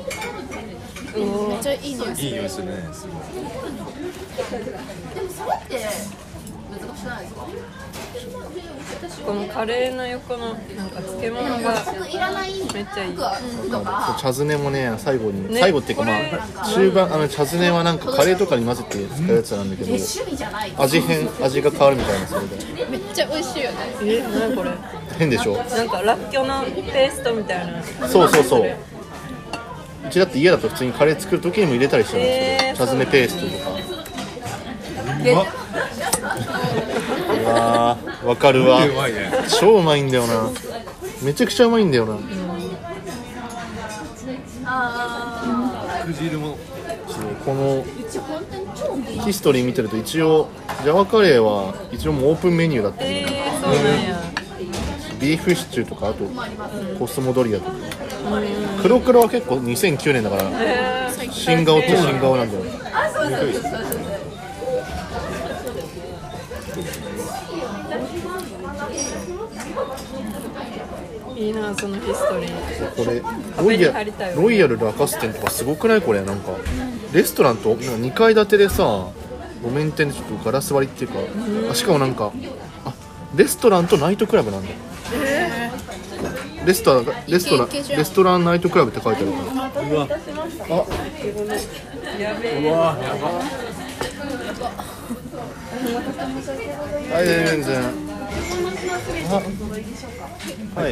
めっちゃいい匂いすいいる匂いするねすごいでもそれって難しくないですかこのカレーの横のなんか漬物が全くいらないめっちゃいい服とか茶詰ねもね最後にね最後っていうかまこれあ中盤あの茶詰ねはなんかカレーとかに混ぜて使うやつなんだけど趣味じゃない味変味が変わるみたいなそれでめっちゃ美味しいよねえ何これ変でしょなんからっきょうのペーストみたいなそうそうそううちだって家だと普通にカレー作る時にも入れたりしてるんですけえどー茶詰めペーストとかえうわーわかるわうまいね超うまいんだよなめちゃくちゃうまいんだよな肉汁もそうこのヒストリー見てると一応ジャワカレーは一応もうオープンメニューだったりえー、そうなんやビーフシチューとかあとコスモドリアとか黒黒は結構2009年だからえ新顔と新顔なんだよねー、いいいなそのヒストリーこれロ壁イにヤ貼りたいよねロイヤルラカス店とかすごくないこれなんかレストランとなんか2階建てでさ路面店でちょっとガラス割りっていうかあしかもなんかあレストランとナイトクラブなんだレストランレストランイケイケじゃんレストランナイトクラブって書いてあるからやべえはい、全然。はい。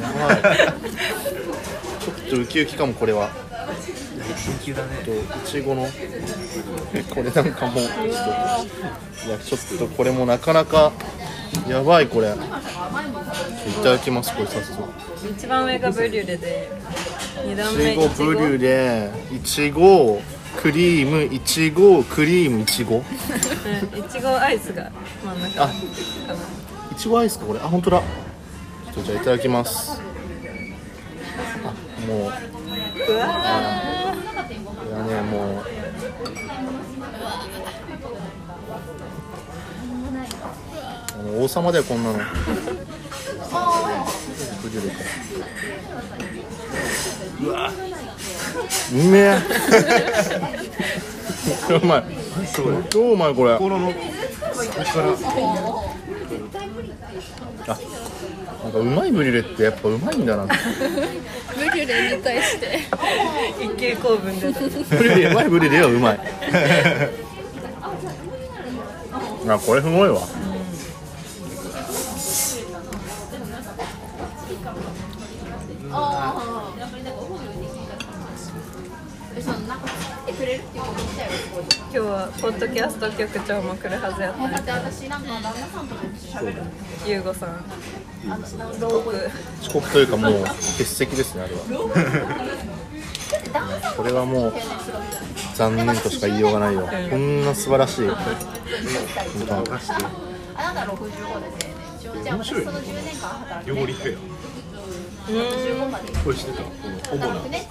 やばい。ちょっとウキウキかも、これは。緊急だね。いちごの。 *laughs* これなんかもう、ちょっと。いや、ちょっと、これもなかなか。やばい、これ。いただきます、これ、早速。一番上がブリュレで二段い目いちごブリュレ、いちご。クリーム、いちご、クリーム、いちご。うんいちごアイスが真ん中あ、いちごアイスかこれ。あ、本当だ。ちょっとじゃあいただきます。あ、もううわいやねもう。あの王様だよこんなの。ブリュレか。うわ。うめ *laughs* え。うまい。超うまいこれ。心のあ、なんかうまいブリュレってやっぱうまいんだな。ブリュレに対してー一級公文出たブリュレうまいブリュレはうまい *laughs* あこれすごいわ今日はポッドキャスト局長も来るはずやったで私なんか旦那さんとかめっちゃ喋るゆうごさん同く遅刻というかもう欠席ですねあれはこれはもう残念としか言いようがないよこんな素晴らしいなんかあなた65ですよね一応じゃあ私その10年間働くね料理フェ15までアこれしてたこの主な働くね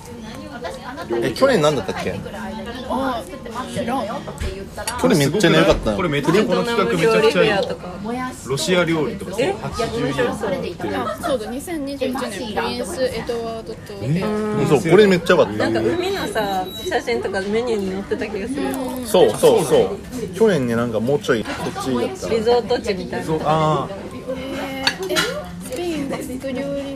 私あなたえに去年何だったっけ帰ってくる間にご飯作って待ってるのよって言ったらこれめっちゃね良かったのこれめっちゃこの企画めちゃくちゃいいアとかもやしロシア料理とかそう80円それでいたあそうだ2021年プリンス・エドワードとそうこれめっちゃ良かっなんかた海のさ写真とかメニューに載ってた気がするそうそうそう去年ねなんかもうちょいこっちだったらリゾート地みたいなあえーえスペインバスク料理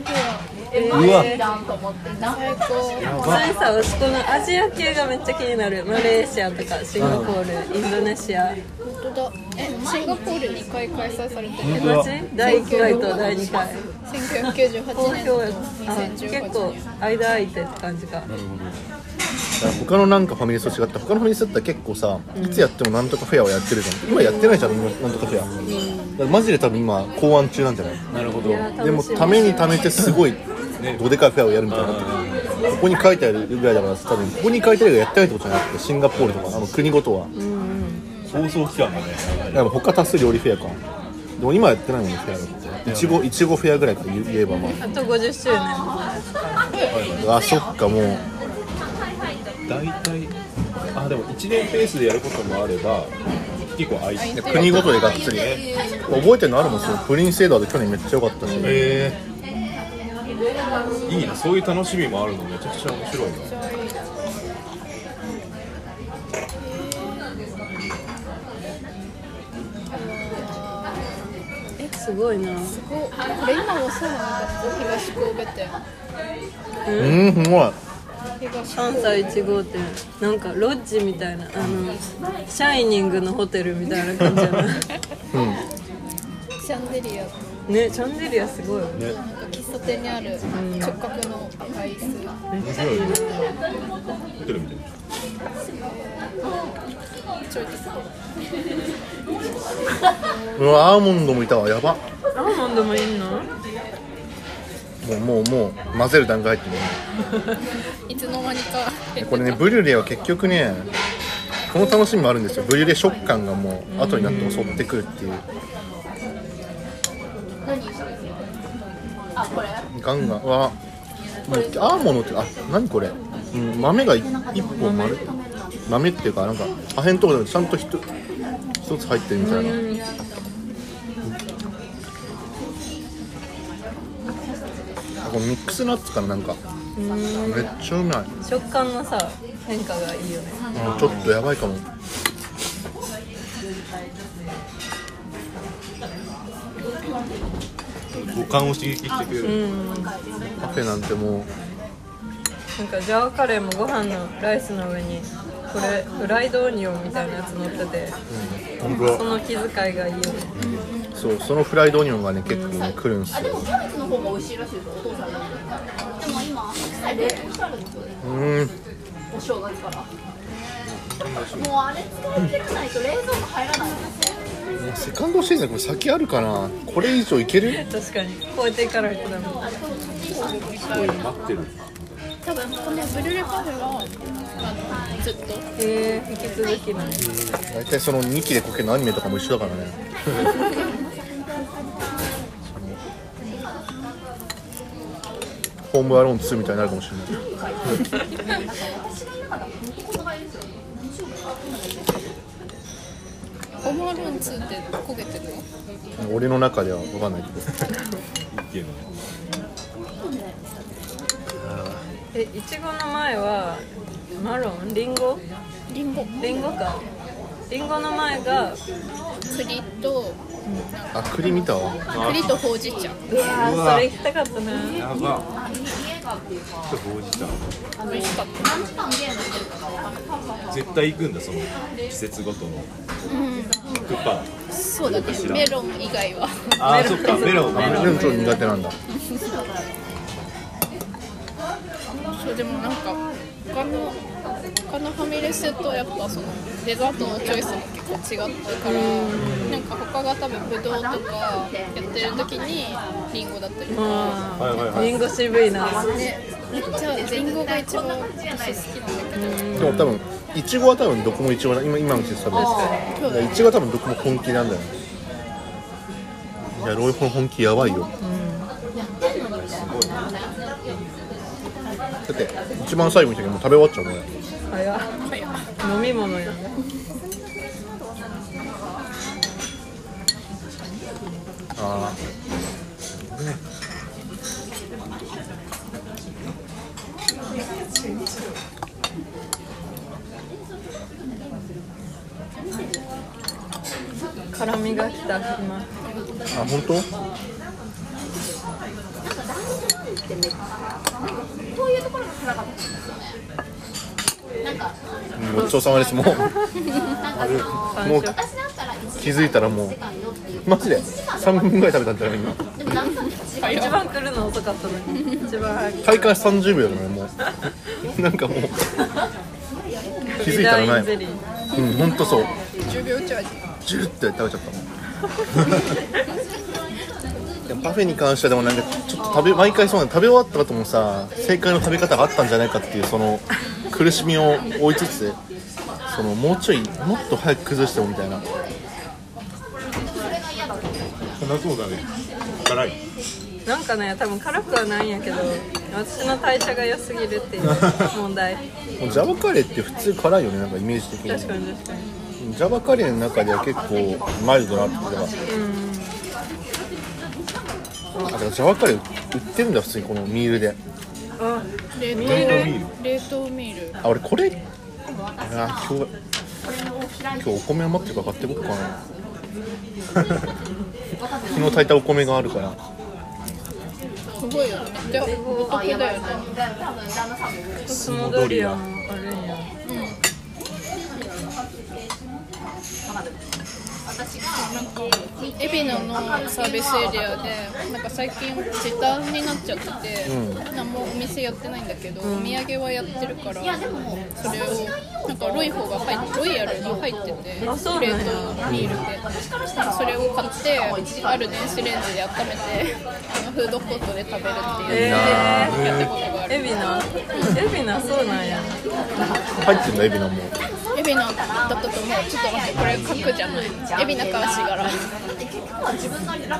フェえうわと思ってなア最高それさ私このアジア系がめっちゃ気になるマレーシアとかシンガポールインドネシアえ本当だえシンガポール2回開催されて本て当マだジ第1回と第2回1998好年評とやあ2018結年構間空いてって感じか他のなんかファミレスと違って他のファミレスだったら結構さ、いつやってもなんとかフェアはやってるじゃん今やってないじゃん今なんとかフェア、だからマジで多分今考案中なんじゃないなるほどいや楽しみでもためにためてすごいどでかいフェアをやるみたいになってくるここに書いてあるぐらいだから多分ここに書いてあるがやってないってことじゃなくてシンガポールとかあの国ごとは、だ放送期間がねから他多数料理フェアかでも今やってないもんねフェアだっていちごいちごフェアぐらいから言えばまあと50周年ああそっかもう大体あでも1年ペースでやることもあれば結構空いて国ごとでがっつり覚えてるのあるもんそのプリンセーダーで去年めっちゃ良かったし、えー、いいなそういう楽しみもあるのめちゃくちゃ面白いなえすごいなここれ今もそうなのか東神戸店うんすごい関西1号店なんかロッジみたいなあのシャイニングのホテルみたいな感じ *laughs* やなシャンデリアねシャンデリアすごいよねなんか喫茶店にある直角の赤い椅子めっちゃいいなホテルみたいなちょいとすごいうわアーモンドもいたわやばアーモンドもいんのもうもうもう混ぜる段階入ってるいつの間にかねこれねブリュレは結局ねこの楽しみもあるんですよブリュレ食感がもう後になって襲ってくるっていうあこれガンガンわもうアーモンドってあ何これ、うん、豆が1本丸豆っていうかなんか破片とかでもちゃんとひと一つ入ってるみたいなこのミックスナッツかななんかめっちゃうまい、食感のさ変化がいいよねうん、ちょっとやばいかも五感を刺激してくれるパフェなんてもうなんかジャワカレーもご飯のライスの上にこれフライドオニオンみたいなやつ乗ってて本当そだの気遣いがいいよねそうそのフライドオニオンがね結構ねくるんですでもよキャベツの方が美味しいらしいですよお父さんがでも今白菜冷凍してあるんですよねうんお正月からもうあれ使い切らないと冷蔵庫入らないもうセカンドシーズンこれ先あるかなこれ以上いける確かに超えていかないとダメ待ってる多分このブルレパフェはあのずっとえー、引き続きない大体その2期でこけるのアニメとかも一緒だからね *laughs* ホームアローン2みたいになるかもしれないホモロン2って焦げてるの俺の中では分かんないけっていうのえいちごの前はマロンリンゴリンゴリンゴかリンゴの前が栗とどあ栗見たわ栗とほうじ茶うわーそれ行きたかったなやばちょっとほうじ茶美味しかった絶対行くんだその季節ごとのクッパそうだねメロン以外はあーそっかメロンメあロでもンちょっと苦手なんだそうでもなんか他の他のファミレスとやっぱそのデザートのチョイスも結構違ったからなんか他が多分ブドウとかやってる時にリンゴだったりとかあはいはいーはいリンゴ渋いなでめっちゃリンゴが一番私好きなんだけどでも多分いちごは多分どこもいちごだ今今の季節食べ確かにてるいちごは多分どこも本気なんだよねいやロイホン本気やばいよ、だって一番最後にしたけどもう食べ終わっちゃうもんね早っ飲み物やあ辛みがきた今ーあ本当こういうところが辛かったんですよねなんかうんごちそうさまで *laughs* すもうなんかそのもう私だったら1時気づいたらもう間よっていうマジで3分ぐらい食べたんじゃない今でもなんかね違一番来るの遅かったね一番早く開会30秒だからねもう *laughs* なんかもう気づいたらないゼリーうん本当そう10秒チャージジュルって食べちゃったもん *laughs* パフェに関してはでもなんかちょっと食べ毎回そうなんだ食べ終わった後もさ正解の食べ方があったんじゃないかっていうその苦しみを追いつつそのもうちょいもっと早く崩してもみたいな辛そうだね辛いなんかね多分辛くはないんやけど私の代謝が良すぎる *laughs* っていう問題もうジャワカレーって普通辛いよねなんかイメージ的に確かに確かにジャワカレーの中では結構マイルドなってことがあだからジャワカレー売ってるんだ普通にこのミールであ冷ミール凍冷凍ミールあ俺これあ今日今日お米余ってるから買ってこっかな昨日炊いたお米があるからすごいよねじゃあお得だよねスモドリアもあるんや海老名のサービスエリアでなんか最近時短になっちゃってて、なんかもうお店やってないんだけど、お土産はやってるからそれをなんかロイホが入ってロイヤルが入ってて冷あそ凍うなミんやールで、それを買ってある電子レンジで温めてあのフードコートで食べるっていうえやったことがあー、エるビナエビナそうなんや入ってんだエビナも海老名だったと思うちょっと待ってこれ書くじゃない海老名か足柄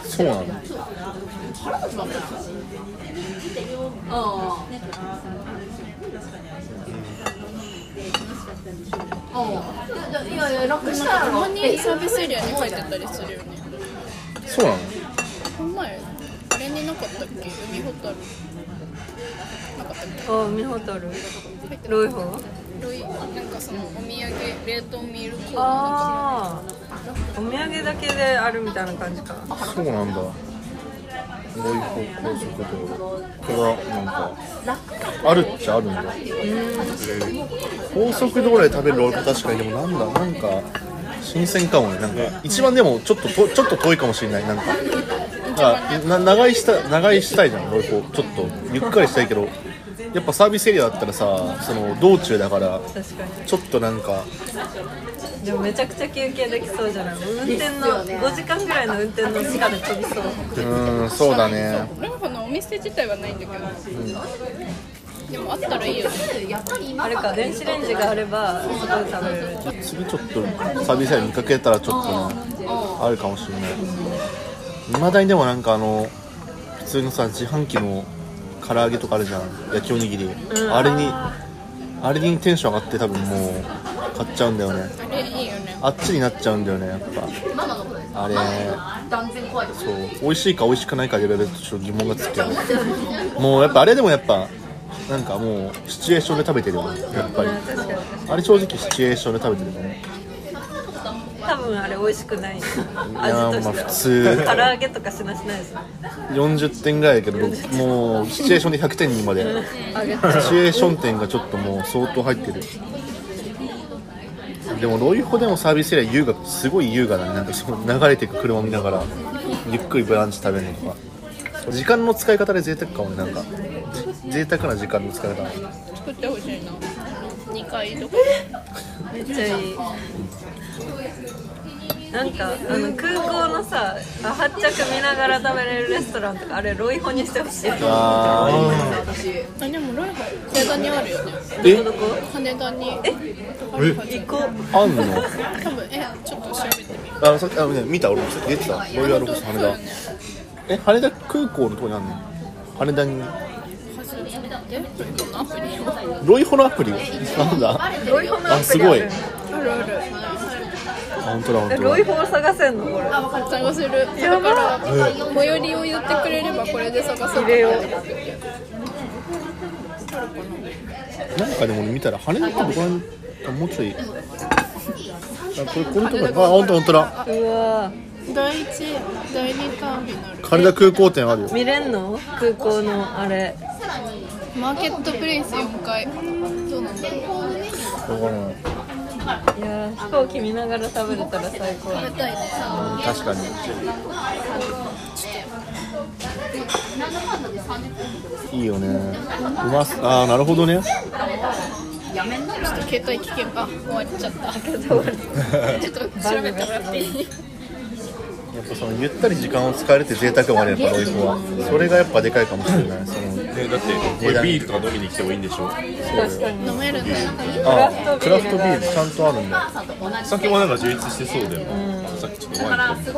そうなのういやいや楽したたまにサービスエリアに書いてたりするよねそうなのこの前あれになんかかったっけ海ホタルなかったっけあ海ホタルロイホロイなんかそのお土産冷凍ミールコーナーのああお土産だけであるみたいな感じかそうなんだもう一個こういうことこれはなんかあるっちゃあるんだ高速道路で食べるロール確かにでもなんだなんか新鮮かもねなんか一番でもちょっととちょっと遠いかもしれないなんかあな長居した長居したいじゃん俺こうちょっとゆっくりしたいけどやっぱサービスエリアだったらさその道中だから確かにちょっとなんかでもめちゃくちゃ休憩できそうじゃない運転の5時間ぐらいの運転の疲れ飛びそううーんそうだねロイホのお店自体はないんだけど、でもあったらいいよねあれか電子レンジがあればすごい食べれる次ちょっとサービスエリア見かけたらちょっとねあるかもしれない未だにでもなんかあの普通のさ自販機の唐揚げとかあるじゃん焼きおにぎり、あれにあれにテンション上がって多分もう買っちゃうんだよねあれいいよねあっちになっちゃうんだよねやっぱあれ断然怖いですそう美味しいか美味しくないかで言われるとちょっと疑問がつくけどもうやっぱあれでもやっぱなんかもうシチュエーションで食べてるよねやっぱり確かにあれ正直シチュエーションで食べてるよね多分あれ美味しくない味といやーまあしては普通唐揚げとかしなしないですよ40点ぐらいだけどもうシチュエーションで100点にまで揚げシチュエーション点がちょっともう相当入ってるでもロイホでもサービスエリア優雅すごい優雅だねなんかその流れていく車見ながらゆっくりブランチ食べるのとか時間の使い方で贅沢かもねなんかじ贅沢な時間の使い方作ってほしいな2階とかめっちゃいいなんかあの空港のさあ発着見ながら食べれるレストランとかあれロイホにしてほしいああでもロイホ羽田にあるよねーえどこ羽田に行こうあんの多分えちょっと調べてみよあさっきあね見た俺もさっき出てたロイヤルホストうよ羽ね田え羽田空港のとこにあんの羽田にえこのアプリロイホのアプリなんだロイホのあアプすリあごいるあるあるあ本当だ本え当ロだイホを探せんのこれ探せるだから最寄りを言ってくれればこれで探そう入れようなんかでも俺見たら羽根ってどこら辺あもうちょいあこれこれとかあ本当だ本当だうわ第一第二ターミナル羽田空港店あるよー見れんの空港のあれマーケットプレイス4階そうなんだわからないいやー飛行機見ながら食べれたら最高食べたいね確かにいいよねうますああなるほどねちょっと携帯危険か終わっちゃったちょっと調べたらいいやっぱそのゆったり時間を使えるって贅沢もあるやっぱロイコはそれがやっぱでかいかもしれないそのねだってこれビールとか飲みに来てもいいんでしょ確かに飲めるねあクラフトビールちゃんとあるんだお酒もなんか充実してそうだよねさっきちょっとワイン飲んで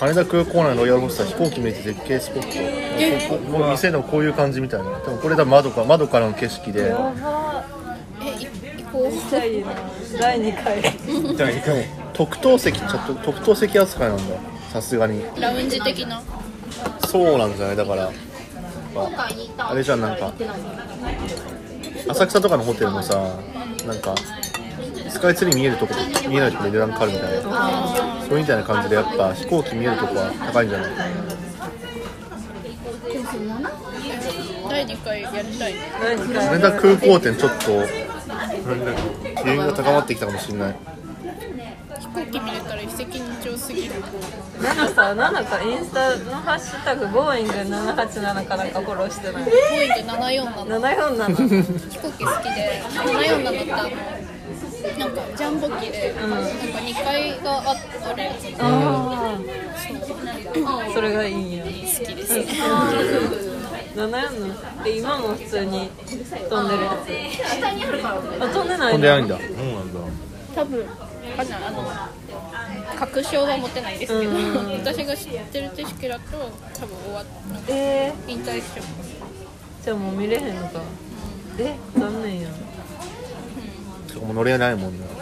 羽田空港内のロイヤルホストは飛行機見えて絶景スポットここもう店でもこういう感じみたいなでもこれだ窓か窓からの景色でやばえい行こーめっちゃいいな第2回でも特等席ちょっと特等席扱いなんださすがにうラウンジ的なそうなんじゃないだからやっぱあれじゃんなんか浅草とかのホテルもさなんかスカイツリー見えるとこと見えないとこで値段変わるみたいなそうみたいな感じでやっぱ飛行機見えるとこは高いんじゃない第二回やりたいね第2回羽田空港店ちょっと理由が高まってきたかもしれない飛行機見れたら一石二鳥すぎるなんかさ、なんかインスタのハッシュタグ Boeing787 かなんかフォローしてないボーイング747 747飛行機好きで747ってあのなんかジャンボ機で、なんか2階がああるやつああそれがいいんや好きですね747って今も普通に飛んでるやつあ飛んでない飛んでないんだそうなんだ多分かんないあの確証は持てないですけど、うん私が知ってる知識だと多分終わっなんかえ引退しちゃうー、じゃあもう見れへんのかえ残念やそこも乗れないもんなか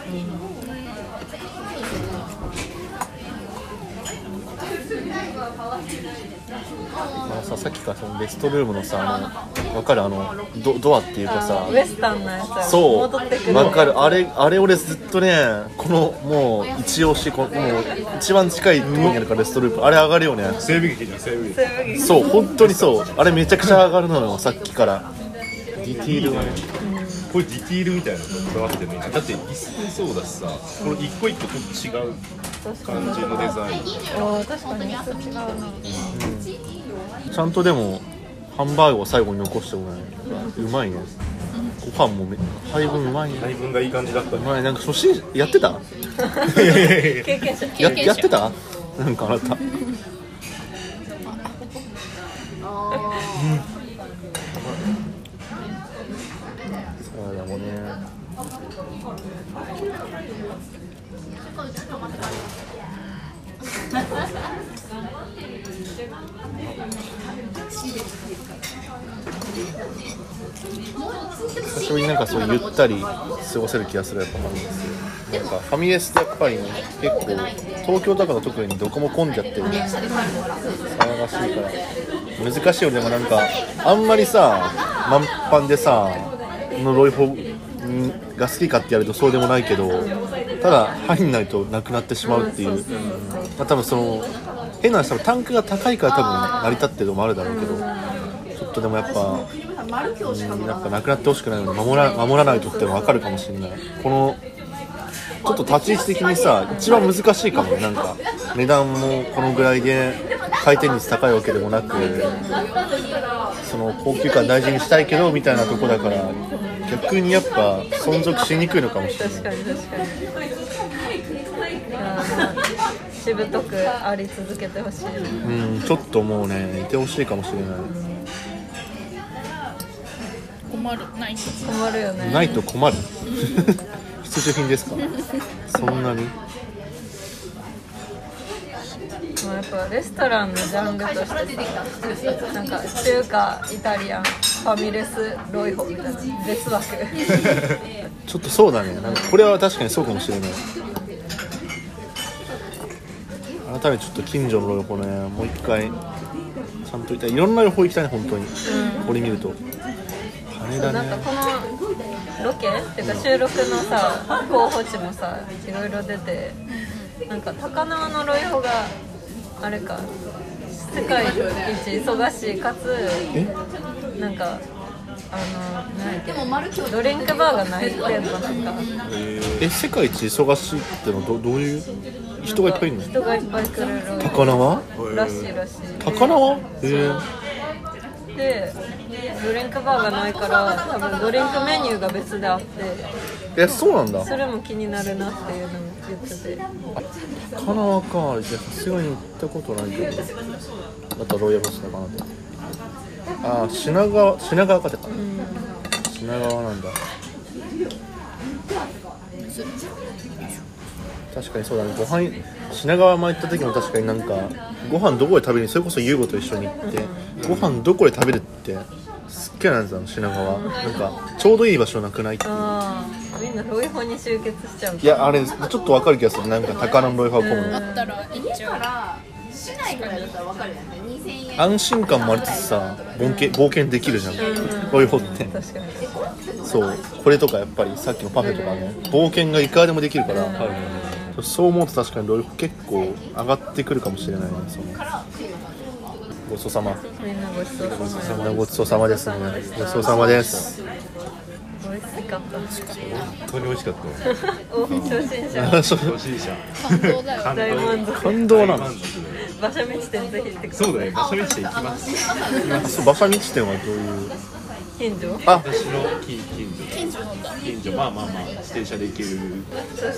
あのささっきからそのベストルームのさあの分かるあのドドアっていうかさウエスタンのやつそう戻ってくる分かるあれあれ俺ずっとねこのもう一押しこのもう一番近いところにあるからベストルームあれ上がるよね西部劇じゃん西部劇西部劇そう本当にそうあれめちゃくちゃ上がるのよさっきからディティールがねこれディティールみたいなのがこだわってるねだって椅子もそうだしさこれ一個一個ちょっと違う感じのデザインあー確かにそう違うなちゃんとでもハンバーグを最後に残してもらえうまいねご飯もめ配分うまいね配分がいい感じだったうねまいなんか初心者やってた経験者ややってたなんかあなたそうだもんね久しぶりになんかそうゆったり過ごせる気がするやっぱファミレスなんかファミレスってやっぱりね結構東京とかの特にどこも混んじゃって騒がしいから難しいよでもなんかあんまりさ満帆でさのロイホが好きかってやるとそうでもないけどただ入んないとなくなってしまうっていうまあ多分その変な話多分単価が高いから多分成り立ってるのもあるだろうけどちょっとでもやっぱうんやっぱなくなってほしくないので守ら守らないとっても分かるかもしれないこのちょっと立ち位置的にさ一番難しいかもねなんか値段もこのぐらいで回転率高いわけでもなくその高級感大事にしたいけどみたいなとこだから逆にやっぱ存続しにくいのかもしれ確なかいに確かにいやーしぶとくあり続けてほしいうんちょっともうねいてほしいかもしれな困るない困るよいねないと困る *laughs* 必需品ですかそんなにまあやっぱレストランのジャンルとしてさなんか中華イタリアンファミレスロイホみたいな別枠ちょっとそうだねなんかこれは確かにそうかもしれない改めてちょっと近所の旅行ねもう一回ちゃんと行きたいいろんな旅行行きたいね本当に、これ見ると羽な田んかねこのロケっていうか収録のさ候補地もさいろいろ出てなんか高輪のロイホがあれか世界一忙しいかつえなんかあのなんでもドリンクバーがない程度なんかえ世界一忙しいってのはどどういう人がいっぱいいるの人がいっぱい来るロイ高輪ホらしいらしい高輪えー、でドリンクバーがないから多分ドリンクメニューが別であってえそうなんだそれも気になるなっていうのも言ってて高輪かじゃあさすがに行ったことないけどまたロイヤルホストかなとああ品川品川かてか、品川なんだ確かにそうだねご飯品川前行った時も確かになんかご飯どこで食べるにそれこそ優吾と一緒に行って、ご飯どこで食べるってすっげえなんですよ品川、なんかちょうどいい場所なくないっていうああみんなロイホに集結しちゃういやあれちょっとわかる気がするなんか高輪のロイファーコムの、あったら行っちゃう市内ぐらいだったらわかるよね2000円安心感もありつつさ冒険冒険できるじゃんこういう本って確かにそうこれとかやっぱりさっきのパフェとかね冒険がいかでもできるから、そう思うと確かにロイフ結構上がってくるかもしれないねそのごちそうさまみんなごちそうさまみんなごちそうさまですねごちそうさまです *laughs* 美味しかった本当に美味しかったねお初心者あそう初心者感動だよ感大動満足感動なの満足だよ馬車道店ぜひ行ってくださいそうだね場所道で行きますそう馬車道店はどういう近所あ私の近近所近所なんだ近所まあまあまあ自転車で行ける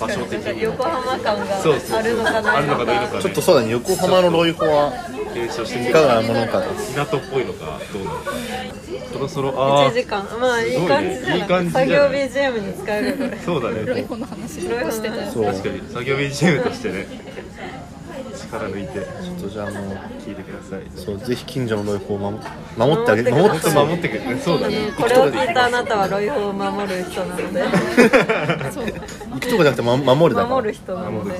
確場か所に的なんかに横浜感がそうそうそうあるのかなあるのかどういうのかねちょっとそうだね横浜のロイフは継承してみいるかがなものかと港っぽいのかどうなのかそろそろああ1時間まあいい感じじゃないすごいねいい感じじゃ作業ない BGM に使えるこれそうだねこの話ロイホしてたそう確かに作業 BGM としてね力抜いてちょっとじゃあもう聞いてくださいそうぜひ近所のロイホを守守ってあげ守守ちょっってとほ守ってくれてそうだねこれを聞いたあなたはロイホを守る人なので行くとこじゃなくて、ま、守るだから守る人なので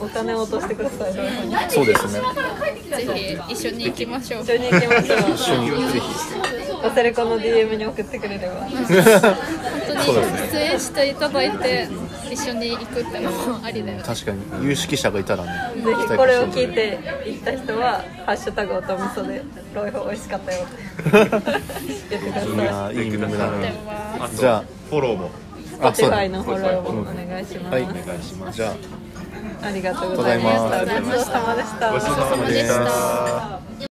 お金を落としてくださいロイホにそうですねぜひ一緒に行きましょう一緒に行きましょ一緒にぜひう忘れ子の DM に送ってくれれば本当に出演していただいて一緒に行くってのもありだよね確かに有識者がいたらねぜひこれを聞いて行った人は「ハッシュタグおとみそ」で「ロイホ美味しかったよ」って言ってくだ *laughs* さいあーいいムームだでねはあとじゃあフォローも Spotify のねフォローもお願いします、はいお願いしますじゃあありがとうございましたあごりちがそうさまでしたごちそうさまでした